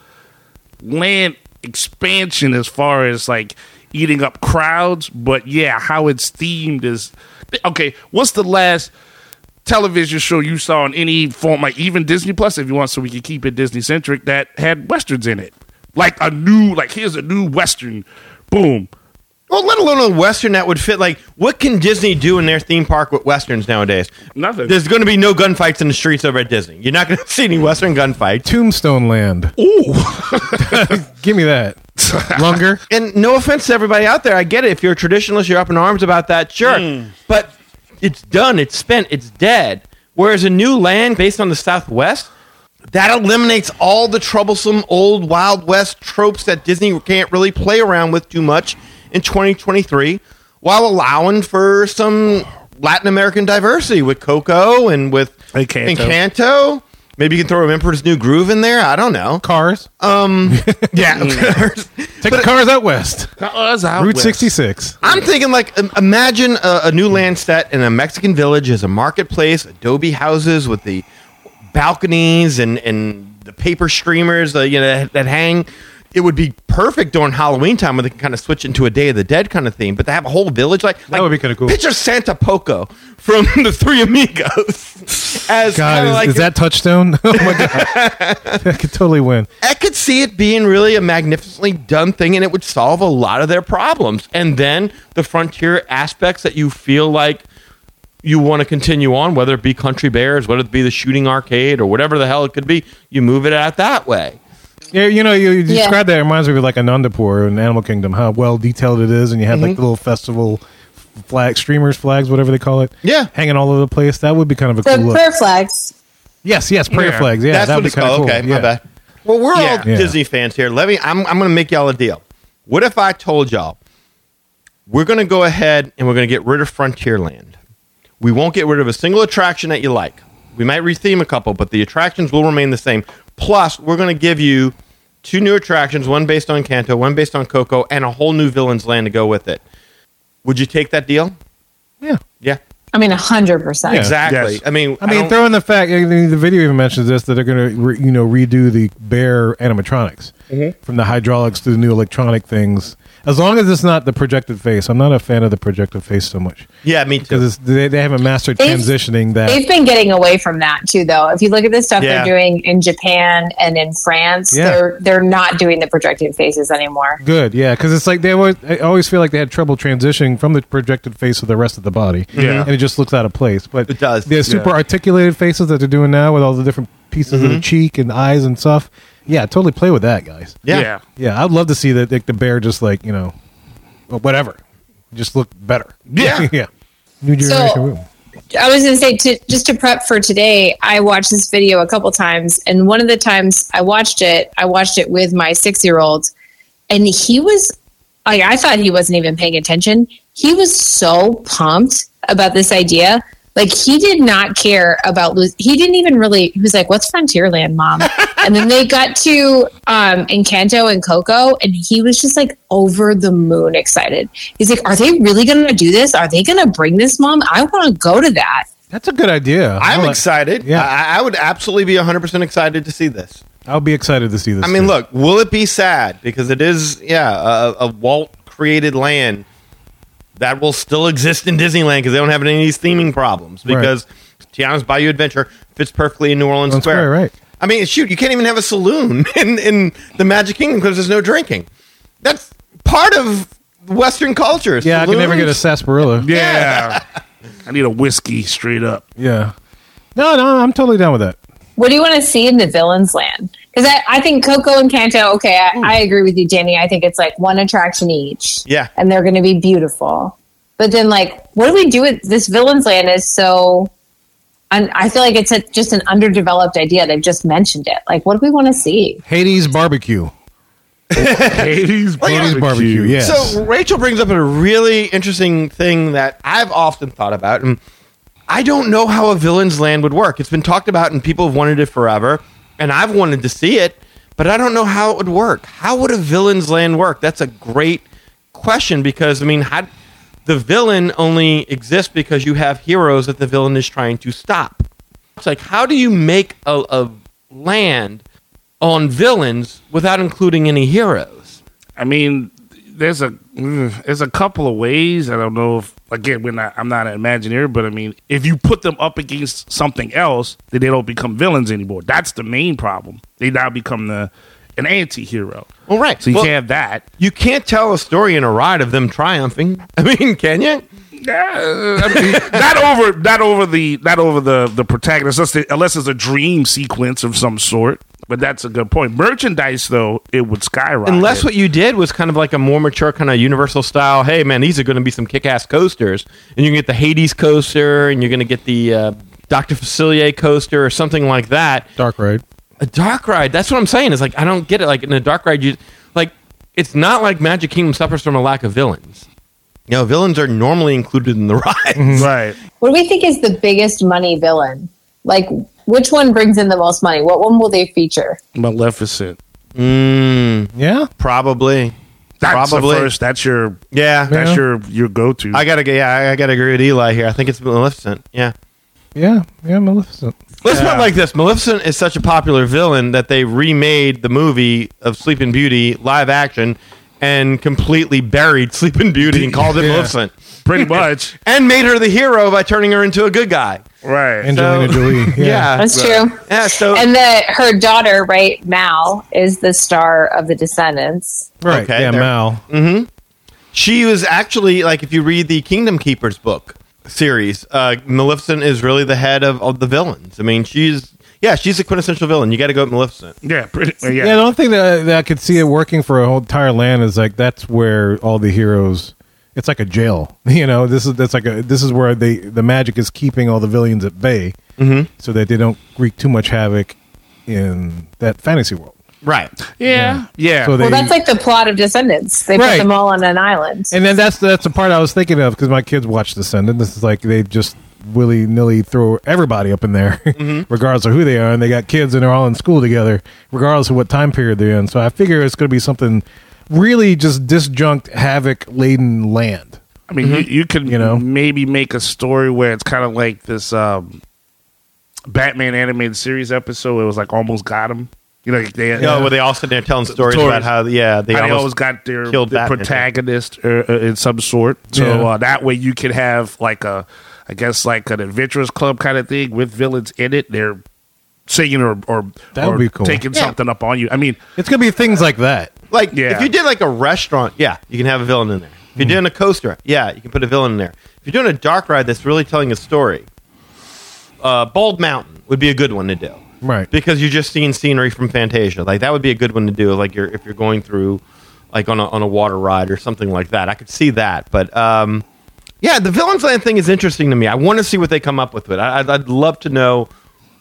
Speaker 5: land expansion as far as like eating up crowds, but yeah, how it's themed is okay. What's the last? television show you saw in any form, like even Disney Plus, if you want, so we can keep it Disney centric, that had westerns in it. Like a new, like here's a new western. Boom.
Speaker 3: Well, let alone a western that would fit. Like, what can Disney do in their theme park with westerns nowadays?
Speaker 5: Nothing.
Speaker 3: There's going to be no gunfights in the streets over at Disney. You're not going to see any western gunfights.
Speaker 2: Tombstone Land.
Speaker 5: Ooh.
Speaker 2: Give me that. Lunger.
Speaker 3: And no offense to everybody out there, I get it. If you're a traditionalist, you're up in arms about that, sure. But it's done. It's spent. It's dead. Whereas a new land based on the Southwest. That eliminates all the troublesome old Wild West tropes that Disney can't really play around with too much in 2023, while allowing for some Latin American diversity with Coco and with
Speaker 5: Encanto.
Speaker 3: Encanto Maybe you can throw Emperor's New Groove in there. I don't know. Um,
Speaker 2: Cars.
Speaker 3: Uh, Yeah,
Speaker 2: Take the cars out west. Route 66.
Speaker 3: I'm thinking like im- imagine a, a new land set in a Mexican village as a marketplace, adobe houses with the balconies and and the paper streamers uh, you know that, that hang. It would be perfect during Halloween time when they can kind of switch into a Day of the Dead kind of theme, but they have a whole village like that like,
Speaker 2: would be kinda cool.
Speaker 3: Picture Santa Poco from the Three Amigos as
Speaker 2: God,
Speaker 3: kinda
Speaker 2: is,
Speaker 3: like
Speaker 2: is that touchstone? Oh my god, I could totally win.
Speaker 3: I could see it being really a magnificently done thing and it would solve a lot of their problems. And then the frontier aspects that you feel like you want to continue on, whether it be Country Bears, whether it be the shooting arcade or whatever the hell it could be, you move it out that way.
Speaker 2: Yeah, you know, you, you
Speaker 8: Yeah.
Speaker 2: described that it reminds me of like Anandapur in Animal Kingdom, how well detailed it is, and you had
Speaker 8: Mm-hmm.
Speaker 2: like the little festival f- flag streamers, flags, whatever they call it.
Speaker 3: Yeah.
Speaker 2: hanging all over the place. That would be kind of a cool
Speaker 8: The
Speaker 2: look.
Speaker 8: prayer flags.
Speaker 2: yes, yes, prayer
Speaker 5: Yeah.
Speaker 2: flags. Yeah,
Speaker 3: That's
Speaker 2: that'd
Speaker 3: what
Speaker 2: be
Speaker 3: it's
Speaker 2: kinda
Speaker 3: called.
Speaker 2: cool.
Speaker 3: Okay, my
Speaker 2: Yeah.
Speaker 3: bad. Well, we're
Speaker 5: Yeah.
Speaker 3: all
Speaker 2: Yeah.
Speaker 3: Disney fans here. Let me. I'm. I'm going to make y'all a deal. What if I told y'all we're going to go ahead and we're going to get rid of Frontierland? We won't get rid of a single attraction that you like. We might retheme a couple, but the attractions will remain the same. Plus, we're going to give you two new attractions: one based on Kanto, one based on Coco, and a whole new Villains Land to go with it. Would you take that deal?
Speaker 2: Yeah.
Speaker 3: Yeah.
Speaker 8: I mean, hundred percent.
Speaker 2: Yeah.
Speaker 3: Exactly.
Speaker 5: Yes.
Speaker 3: I mean,
Speaker 2: I mean,
Speaker 3: don't-
Speaker 2: throwing the fact I mean, the video even mentions this that they're going to re, you know redo the bear animatronics from the hydraulics to the new electronic things. As long as it's not the projected face, I'm not a fan of the projected face so much
Speaker 3: yeah, me too.
Speaker 2: because they, they haven't mastered
Speaker 8: They've-
Speaker 2: transitioning that.
Speaker 8: They've been getting away from that too, though. If you look at the stuff
Speaker 3: Yeah.
Speaker 8: they're doing in Japan and in France,
Speaker 2: Yeah.
Speaker 8: they're they're not doing the projected faces anymore.
Speaker 2: Good, yeah, because it's like they always. I always feel like they had trouble transitioning from the projected face to the rest of the body.
Speaker 5: Yeah.
Speaker 2: and it just looks out of place. But
Speaker 3: It does,
Speaker 2: The super
Speaker 5: yeah.
Speaker 2: articulated faces that they're doing now with all the different pieces of the cheek and eyes and stuff. Yeah, totally play with that, guys.
Speaker 3: yeah.
Speaker 5: yeah.
Speaker 2: Yeah, I'd love to see that like, the bear just like you know, well, whatever, just look better.
Speaker 5: Yeah.
Speaker 2: yeah. New
Speaker 8: So-
Speaker 2: generation. room.
Speaker 8: I was going to say, to, just to prep for today, I watched this video a couple times, and one of the times I watched it, I watched it with my six year old, and he was like, Oh, I thought he wasn't even paying attention. He was so pumped about this idea. Like he did not care about lose. He didn't even really. He was like, "What's Frontierland, mom?" and then they got to um, Encanto and Coco, and he was just like over the moon excited. He's like, "Are they really going to do this? Are they going to bring this, mom? I want to go to that."
Speaker 2: That's a good idea.
Speaker 3: I'm
Speaker 2: I'll-
Speaker 3: excited.
Speaker 2: Yeah.
Speaker 3: I, I would absolutely be 100% excited to see this.
Speaker 2: I'll be excited to see this.
Speaker 3: I mean,
Speaker 2: too.
Speaker 3: look, will it be sad? Because it is, yeah, a, a Walt created land that will still exist in Disneyland because they don't have any of these theming problems.
Speaker 2: Right.
Speaker 3: Because Tiana's Bayou Adventure fits perfectly in New Orleans
Speaker 2: That's
Speaker 3: Square.
Speaker 2: right, right.
Speaker 3: I mean, shoot, you can't even have a saloon in, in the Magic Kingdom because there's no drinking. That's part of Western culture.
Speaker 2: yeah, I can never get a
Speaker 3: Saloons-
Speaker 2: sarsaparilla.
Speaker 5: Yeah. I need a whiskey straight up.
Speaker 2: yeah. No, no, I'm totally down with that.
Speaker 8: What do you want to see in the villains land? Because I, I think Coco and Kanto, okay, I, I agree with you, Danny. I think it's like one attraction each.
Speaker 3: Yeah.
Speaker 8: And they're going to be beautiful. But then, like, what do we do with this villains land is so. And I feel like it's a, just an underdeveloped idea. They've just mentioned it. Like, what do we want to see?
Speaker 2: Hades barbecue.
Speaker 5: Hades
Speaker 2: Hades
Speaker 5: barbecue.
Speaker 2: barbecue. Yes.
Speaker 3: So Rachel brings up a really interesting thing that I've often thought about, and I don't know how a villain's land would work. It's been talked about, and people have wanted it forever, and I've wanted to see it, but I don't know how it would work. How would a villain's land work? That's a great question because I mean, how, the villain only exists because you have heroes that the villain is trying to stop. It's like how do you make a, a land on villains without including any heroes?
Speaker 5: I mean, there's a mm, there's a couple of ways. I don't know if again we're not. I'm not an Imagineer, but I mean, if you put them up against something else, then they don't become villains anymore. That's the main problem. They now become the an anti-hero.
Speaker 3: Well, right.
Speaker 5: So you
Speaker 3: Well-
Speaker 5: can't have that.
Speaker 3: You can't tell a story in a ride of them triumphing. I mean, can you?
Speaker 5: Yeah, I mean, not over, not over the, not over the the protagonist, unless, it- unless it's a dream sequence of some sort. But that's a good point. Merchandise, though, it would skyrocket.
Speaker 3: Unless what you did was kind of like a more mature kind of universal style. Hey, man, these are going to be some kick-ass coasters, and you can get the Hades coaster, and you're going to get the uh, Doctor Facilier coaster, or something like that.
Speaker 2: Dark ride.
Speaker 3: A dark ride. That's what I'm saying. Is like I don't get it. Like in a dark ride, you like it's not like Magic Kingdom suffers from a lack of villains. You know, villains are normally included in the rides.
Speaker 5: right?
Speaker 8: What do we think is the biggest money villain? Like, which one brings in the most money? What one will they feature?
Speaker 5: Maleficent.
Speaker 2: Yeah.
Speaker 3: Mm, Probably.
Speaker 5: That's
Speaker 3: Probably.
Speaker 5: the first. That's your.
Speaker 3: Yeah.
Speaker 5: That's
Speaker 2: Yeah.
Speaker 5: your your go to.
Speaker 3: I gotta. Yeah, I- I gotta agree with Eli here. I think it's Maleficent. Yeah.
Speaker 2: Yeah. Yeah. Maleficent.
Speaker 3: Let's put it like this: Maleficent is such a popular villain that they remade the movie of Sleeping Beauty live action and completely buried Sleeping Beauty and called it
Speaker 2: Yeah.
Speaker 3: Maleficent
Speaker 5: Pretty much.
Speaker 3: and made her the hero by turning her into a good guy.
Speaker 5: right.
Speaker 2: Angelina
Speaker 3: So-
Speaker 2: Jolie.
Speaker 3: Yeah,
Speaker 8: That's true.
Speaker 3: yeah. So
Speaker 8: And the her daughter, right, Mal, is the star of The Descendants.
Speaker 2: Right.
Speaker 3: Okay,
Speaker 2: yeah.
Speaker 3: there.
Speaker 2: Mal.
Speaker 3: she was actually like, if you read the Kingdom Keepers book series, uh, Maleficent is really the head of, of the villains. I mean, she's yeah, she's a quintessential villain. You got to go with Maleficent.
Speaker 5: Yeah. Pretty. Yeah.
Speaker 2: Yeah. The only thing that, that I could see it working for a whole entire land is like that's where all the heroes. It's like a jail. You know. This is that's like a this is where they the magic is keeping all the villains at bay, mm-hmm. so that they don't wreak too much havoc in that fantasy world.
Speaker 3: Right.
Speaker 5: Yeah. Yeah.
Speaker 2: So they,
Speaker 8: Well, that's like the plot of Descendants. They
Speaker 2: Right.
Speaker 8: put them all on an island.
Speaker 2: And then that's that's the part I was thinking of because my kids watch Descendants. It's like they just willy nilly throw everybody up in there, regardless of who they are, and they got kids and they're all in school together, regardless of what time period they're in. So I figure it's going to be something really just disjunct, havoc laden land.
Speaker 5: I mean, you, you can
Speaker 2: You know?
Speaker 5: maybe make a story where it's kind of like this um, Batman animated series episode. It was like almost got him. You know, like they,
Speaker 3: You know, where they all sit there telling stories
Speaker 5: Stories.
Speaker 3: about how yeah they
Speaker 5: how they
Speaker 3: almost
Speaker 5: always got their,
Speaker 3: killed
Speaker 5: their
Speaker 3: Batman.
Speaker 5: protagonist uh, uh, in some sort. So
Speaker 2: Yeah.
Speaker 5: uh, that way you could have like a, I guess like an adventurers club kind of thing with villains in it. They're singing or or,
Speaker 2: That would
Speaker 5: or
Speaker 2: be cool.
Speaker 5: taking
Speaker 3: Yeah.
Speaker 5: something up on you. I mean,
Speaker 2: It's going to be things like that.
Speaker 3: Like
Speaker 5: Yeah. Hmm.
Speaker 3: if you did like a restaurant, yeah, you can have a villain in there. If you're doing a coaster, yeah, you can put a villain in there. If you're doing a dark ride that's really telling a story, uh, Bald Mountain would be a good one to do,
Speaker 2: Right.
Speaker 3: Because you're just seeing scenery from Fantasia. Like that would be a good one to do. Like you're if you're going through, like on a on a water ride or something like that. I could see that, but um, yeah, the villains land thing is interesting to me. I want to see what they come up with. It. I, I'd, I'd love to know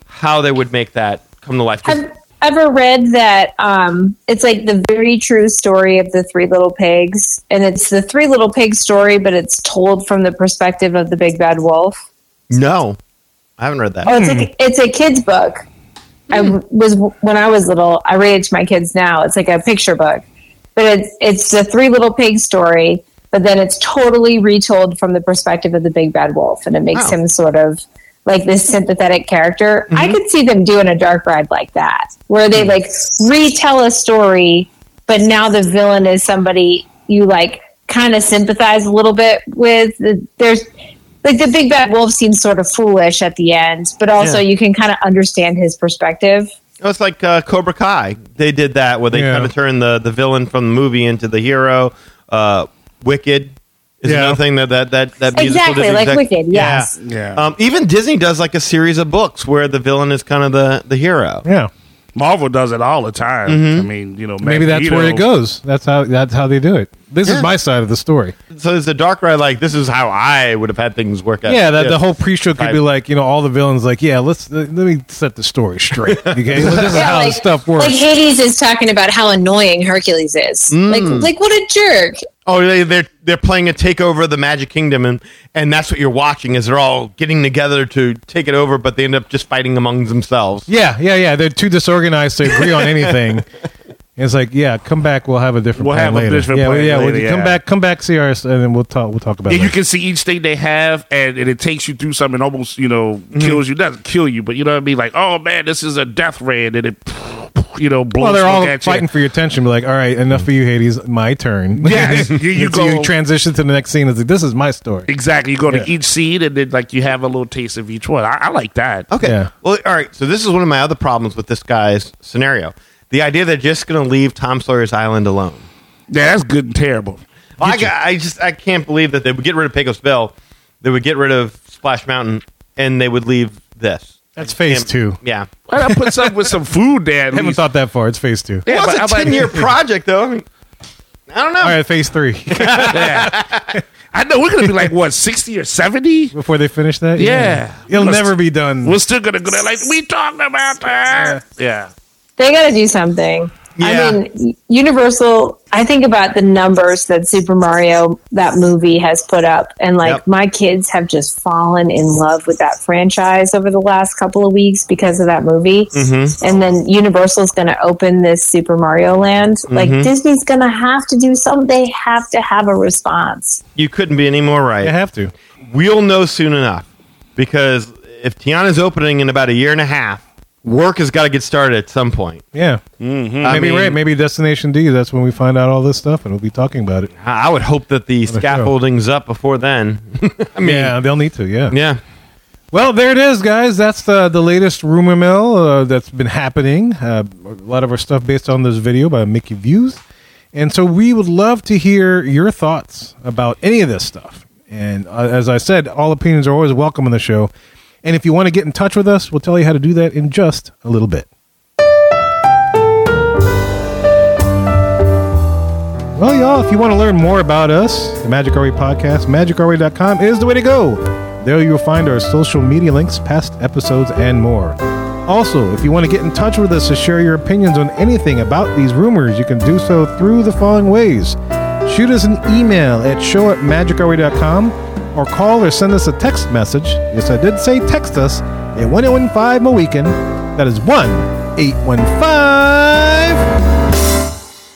Speaker 3: how they would make that come to life. 'Cause-
Speaker 8: Have ever read that um, it's like the very true story of the three little pigs and it's the three little pigs story but it's told from the perspective of the big bad wolf
Speaker 3: no, I haven't read that.
Speaker 8: oh it's, like, it's a kid's book i was when i was little i read it to my kids now it's like a picture book but it's it's the three little pigs story but then it's totally retold from the perspective of the big bad wolf and it makes
Speaker 3: Wow.
Speaker 8: him sort of like this sympathetic character i could see them doing a dark ride like that where they like retell a story but now the villain is somebody you like kind of sympathize a little bit with there's like the big bad wolf seems sort of foolish at the end but also
Speaker 3: Yeah.
Speaker 8: you can kind of understand his perspective
Speaker 3: Oh, it's like uh, Cobra Kai. They did that where they
Speaker 2: Yeah.
Speaker 3: kind of turned the, the villain from the movie into the hero. Uh, Wicked is
Speaker 2: Yeah.
Speaker 3: another thing that that that, that musical
Speaker 8: exactly
Speaker 3: did
Speaker 8: like
Speaker 3: exact-
Speaker 8: wicked yes
Speaker 5: yeah.
Speaker 3: Um, even Disney does like a series of books where the villain is kind of the the hero.
Speaker 2: Yeah.
Speaker 5: Marvel does it all the time. I mean, you know,
Speaker 2: Mm-hmm. Maybe that's where it
Speaker 5: Magneto-
Speaker 2: goes. That's how that's how they do it. This
Speaker 3: Yeah.
Speaker 2: is my side of the story.
Speaker 3: So there's a dark ride like this is how I would have had things work out.
Speaker 2: Yeah, that, the whole pre-show could
Speaker 3: Type.
Speaker 2: be like, you know, all the villains like, yeah, let's let me set the story straight. Okay, this is
Speaker 8: Yeah,
Speaker 2: how
Speaker 8: like-
Speaker 2: this stuff works.
Speaker 8: Like Hades is talking about how annoying Hercules is. Like, like what a jerk!
Speaker 3: Oh, they, they're they're playing a takeover of the Magic Kingdom, and and that's what you're watching is they're all getting together to take it over, but they end up just fighting amongst themselves.
Speaker 2: Yeah, yeah, yeah. They're too disorganized to agree on anything. It's like, yeah, come back. We'll have a different.
Speaker 5: We'll
Speaker 2: plan
Speaker 5: have a
Speaker 2: later.
Speaker 5: different
Speaker 2: yeah,
Speaker 5: plan
Speaker 2: yeah.
Speaker 5: later,
Speaker 2: we'll- Come
Speaker 5: yeah.
Speaker 2: back. Come back. See us, and then we'll talk. We'll talk about.
Speaker 5: Yeah,
Speaker 2: it
Speaker 5: you
Speaker 2: later.
Speaker 5: can see each thing they have, and, and it takes you through something and almost, you know,
Speaker 2: Mm-hmm.
Speaker 5: kills you. Doesn't kill you, but you know what I mean? Like, oh man, this is a death ray, and then it, you know, blows
Speaker 2: Well, they're
Speaker 5: smoke
Speaker 2: all
Speaker 5: at
Speaker 2: fighting
Speaker 5: you. Mm-hmm.
Speaker 2: for your attention. Be like, all right, enough for you, Hades. My turn.
Speaker 5: Yeah, you- you
Speaker 2: And so
Speaker 5: go-
Speaker 2: transition to the next scene. It's like, this is my story.
Speaker 5: Exactly. You go to
Speaker 2: Yeah.
Speaker 5: each seed, and then like you have a little taste of each one. I, I like that.
Speaker 3: Okay.
Speaker 2: Yeah.
Speaker 3: Well, all right. So this is one of my other problems with this guy's scenario: the idea they're just going to leave Tom Sawyer's Island alone.
Speaker 5: Yeah, that's good and terrible.
Speaker 3: Well, I, got- I just I can't believe that they would get rid of Pecos Bill, they would get rid of Splash Mountain, and they would leave this.
Speaker 2: That's phase
Speaker 3: And-
Speaker 2: two.
Speaker 3: Yeah.
Speaker 5: Why not put something with some food there? At
Speaker 2: I haven't
Speaker 5: least?
Speaker 2: thought that far. It's phase two.
Speaker 5: Yeah,
Speaker 3: well,
Speaker 5: but
Speaker 3: it's a
Speaker 5: I might-
Speaker 3: ten year project though. I, mean, I don't know.
Speaker 2: All right, phase three.
Speaker 5: I know we're gonna be like what sixty or seventy.
Speaker 2: Before they finish that,
Speaker 5: Yeah.
Speaker 2: it'll
Speaker 5: Must-
Speaker 2: never be done.
Speaker 5: We're still gonna go there. Like we talked about that. Yeah.
Speaker 8: They got to do something. I mean, Universal, I think about the numbers that Super Mario, that movie has put up. And like,
Speaker 9: Yep.
Speaker 8: my kids have just fallen in love with that franchise over the last couple of weeks because of that movie. And then Universal's going to open this Super Mario Land. Like, Disney's going to have to do something. They have to have a response.
Speaker 9: You couldn't be any more right.
Speaker 2: You have to.
Speaker 9: We'll know soon enough because if Tiana's opening in about a year and a half, work has got to get started at some point.
Speaker 2: Yeah.
Speaker 5: Mm-hmm.
Speaker 9: I
Speaker 2: Maybe
Speaker 9: mean,
Speaker 2: right. Maybe Destination D. That's when we find out all this stuff, and we'll be talking about it.
Speaker 9: I I would hope that the
Speaker 2: show.
Speaker 9: scaffolding's up before then.
Speaker 2: I mean, yeah, they'll need to. Yeah.
Speaker 9: yeah.
Speaker 2: Well, there it is, guys. That's the the latest rumor mill uh, that's been happening. Uh, a lot of our stuff based on this video by Mickey Views, and so we would love to hear your thoughts about any of this stuff. And uh, as I said, all opinions are always welcome on the show. And if you want to get in touch with us, we'll tell you how to do that in just a little bit. Well, y'all, if you want to learn more about us, the Magic RE podcast, magicre.com is the way to go. There you'll find our social media links, past episodes, and more. Also, if you want to get in touch with us to share your opinions on anything about these rumors, you can do so through the following ways. Shoot us an email at show at magicre.com or call or send us a text message. Yes, I did say text us at 1015 Mohican. That is 1 815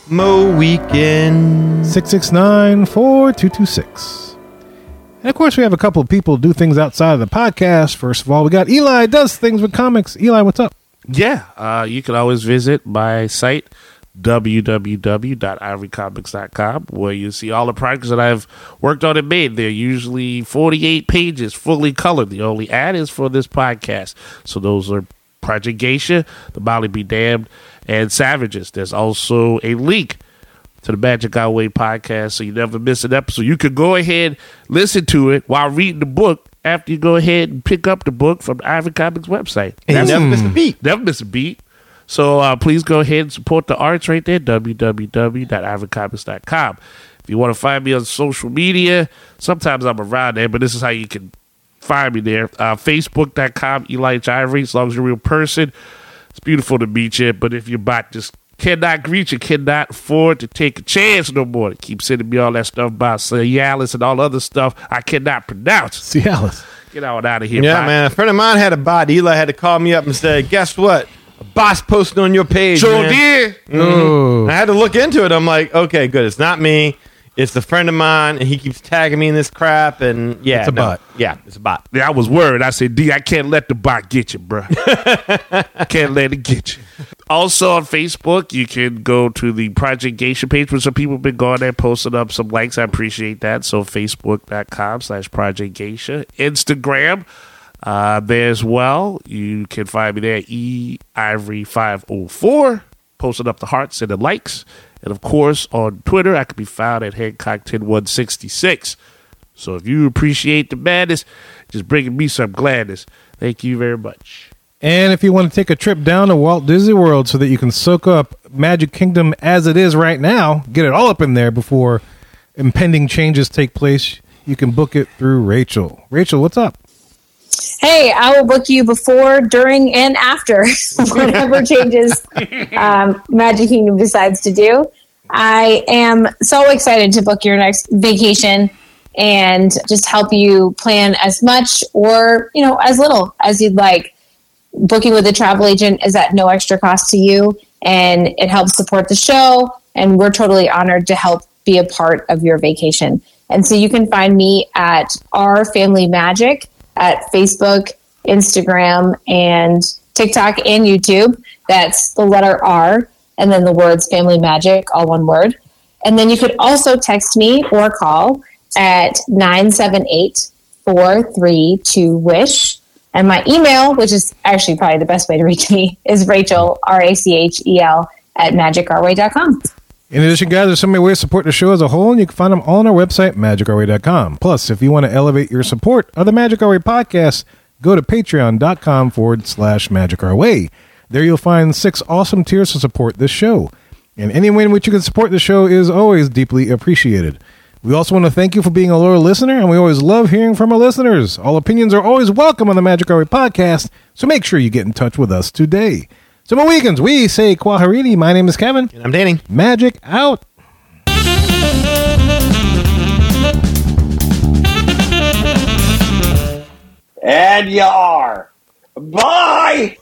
Speaker 9: Mo weekend.
Speaker 2: 669-4226. And of course, we have a couple of people do things outside of the podcast. First of all, we got Eli does things with comics. Eli, what's up?
Speaker 5: Yeah, uh, you can always visit my site www.ivorycomics.com where you see all the products that I've worked on and made. They're usually 48 pages, fully colored. The only ad is for this podcast. So those are Project Geisha, The Molly Be Damned, and Savages. There's also a link to the Magic Our Way podcast, so you never miss an episode. You could go ahead, listen to it while reading the book. After you go ahead and pick up the book from the Ivory Comics website,
Speaker 9: And you never miss a beat.
Speaker 5: never miss a beat. So uh, please go ahead and support the arts right there, www.ivorcomics.com. If you want to find me on social media, sometimes I'm around there, but this is how you can find me there. Uh, Facebook.com, Eli H. Ivory, as long as you're a real person. It's beautiful to meet you, but if you're bot, just cannot greet you, cannot afford to take a chance no more. Keep sending me all that stuff about Cialis and all other stuff I cannot pronounce.
Speaker 2: See Alice.
Speaker 5: Get on out of here.
Speaker 9: Yeah,
Speaker 5: bye.
Speaker 9: man. A friend of mine had a bot. Eli had to call me up and say, "Guess what? A boss posting on your page."
Speaker 5: Sure
Speaker 9: man."
Speaker 5: did.
Speaker 2: Oh.
Speaker 9: I had to look into it. I'm like, okay, good. It's not me. It's a friend of mine, and he keeps tagging me in this crap. And yeah,
Speaker 2: It's a
Speaker 9: no.
Speaker 2: bot.
Speaker 9: Yeah, it's a bot.
Speaker 5: Yeah, I was worried. I said, D, I can't let the bot get you, bruh. can't let it get you. Also on Facebook, you can go to the Project Geisha page, where some people have been going there posting up some likes. I appreciate that. So facebook.com slash Project Geisha. Instagram, uh, there as well. You can find me there, E Ivory 504 posting up the hearts and the likes. And of course, on Twitter, I can be found at Hancock10166. So if you appreciate the madness, just bringing me some gladness. Thank you very much.
Speaker 2: And if you want to take a trip down to Walt Disney World so that you can soak up Magic Kingdom as it is right now, get it all up in there before impending changes take place, you can book it through Rachel. Rachel, what's up?
Speaker 8: hey, I will book you before, during, and after whatever changes um, Magic Kingdom decides to do. I am so excited to book your next vacation and just help you plan as much or you know as little as you'd like. Booking with a travel agent is at no extra cost to you, and it helps support the show. And we're totally honored to help be a part of your vacation. And so you can find me at Our Family Magic at Facebook, Instagram, and TikTok and YouTube. That's the letter R and then the words family magic, all one word. And then you could also text me or call at 978 432 WISH. And my email, which is actually probably the best way to reach me, is Rachel, R A C H E L, at magicourway.com.
Speaker 2: In addition, guys, there's so many ways to support the show as a whole, and you can find them all on our website, magicourway.com. Plus, if you want to elevate your support of the Magic Our Way podcast, go to patreon.com forward slash magic our way. There you'll find six awesome tiers to support this show. And any way in which you can support the show is always deeply appreciated. We also want to thank you for being a loyal listener, and we always love hearing from our listeners. All opinions are always welcome on the Magic Our Way podcast, so make sure you get in touch with us today. So, my weekends, we say Quaharini. My name is Kevin.
Speaker 9: And I'm Danny.
Speaker 2: Magic out.
Speaker 10: And you are. Bye!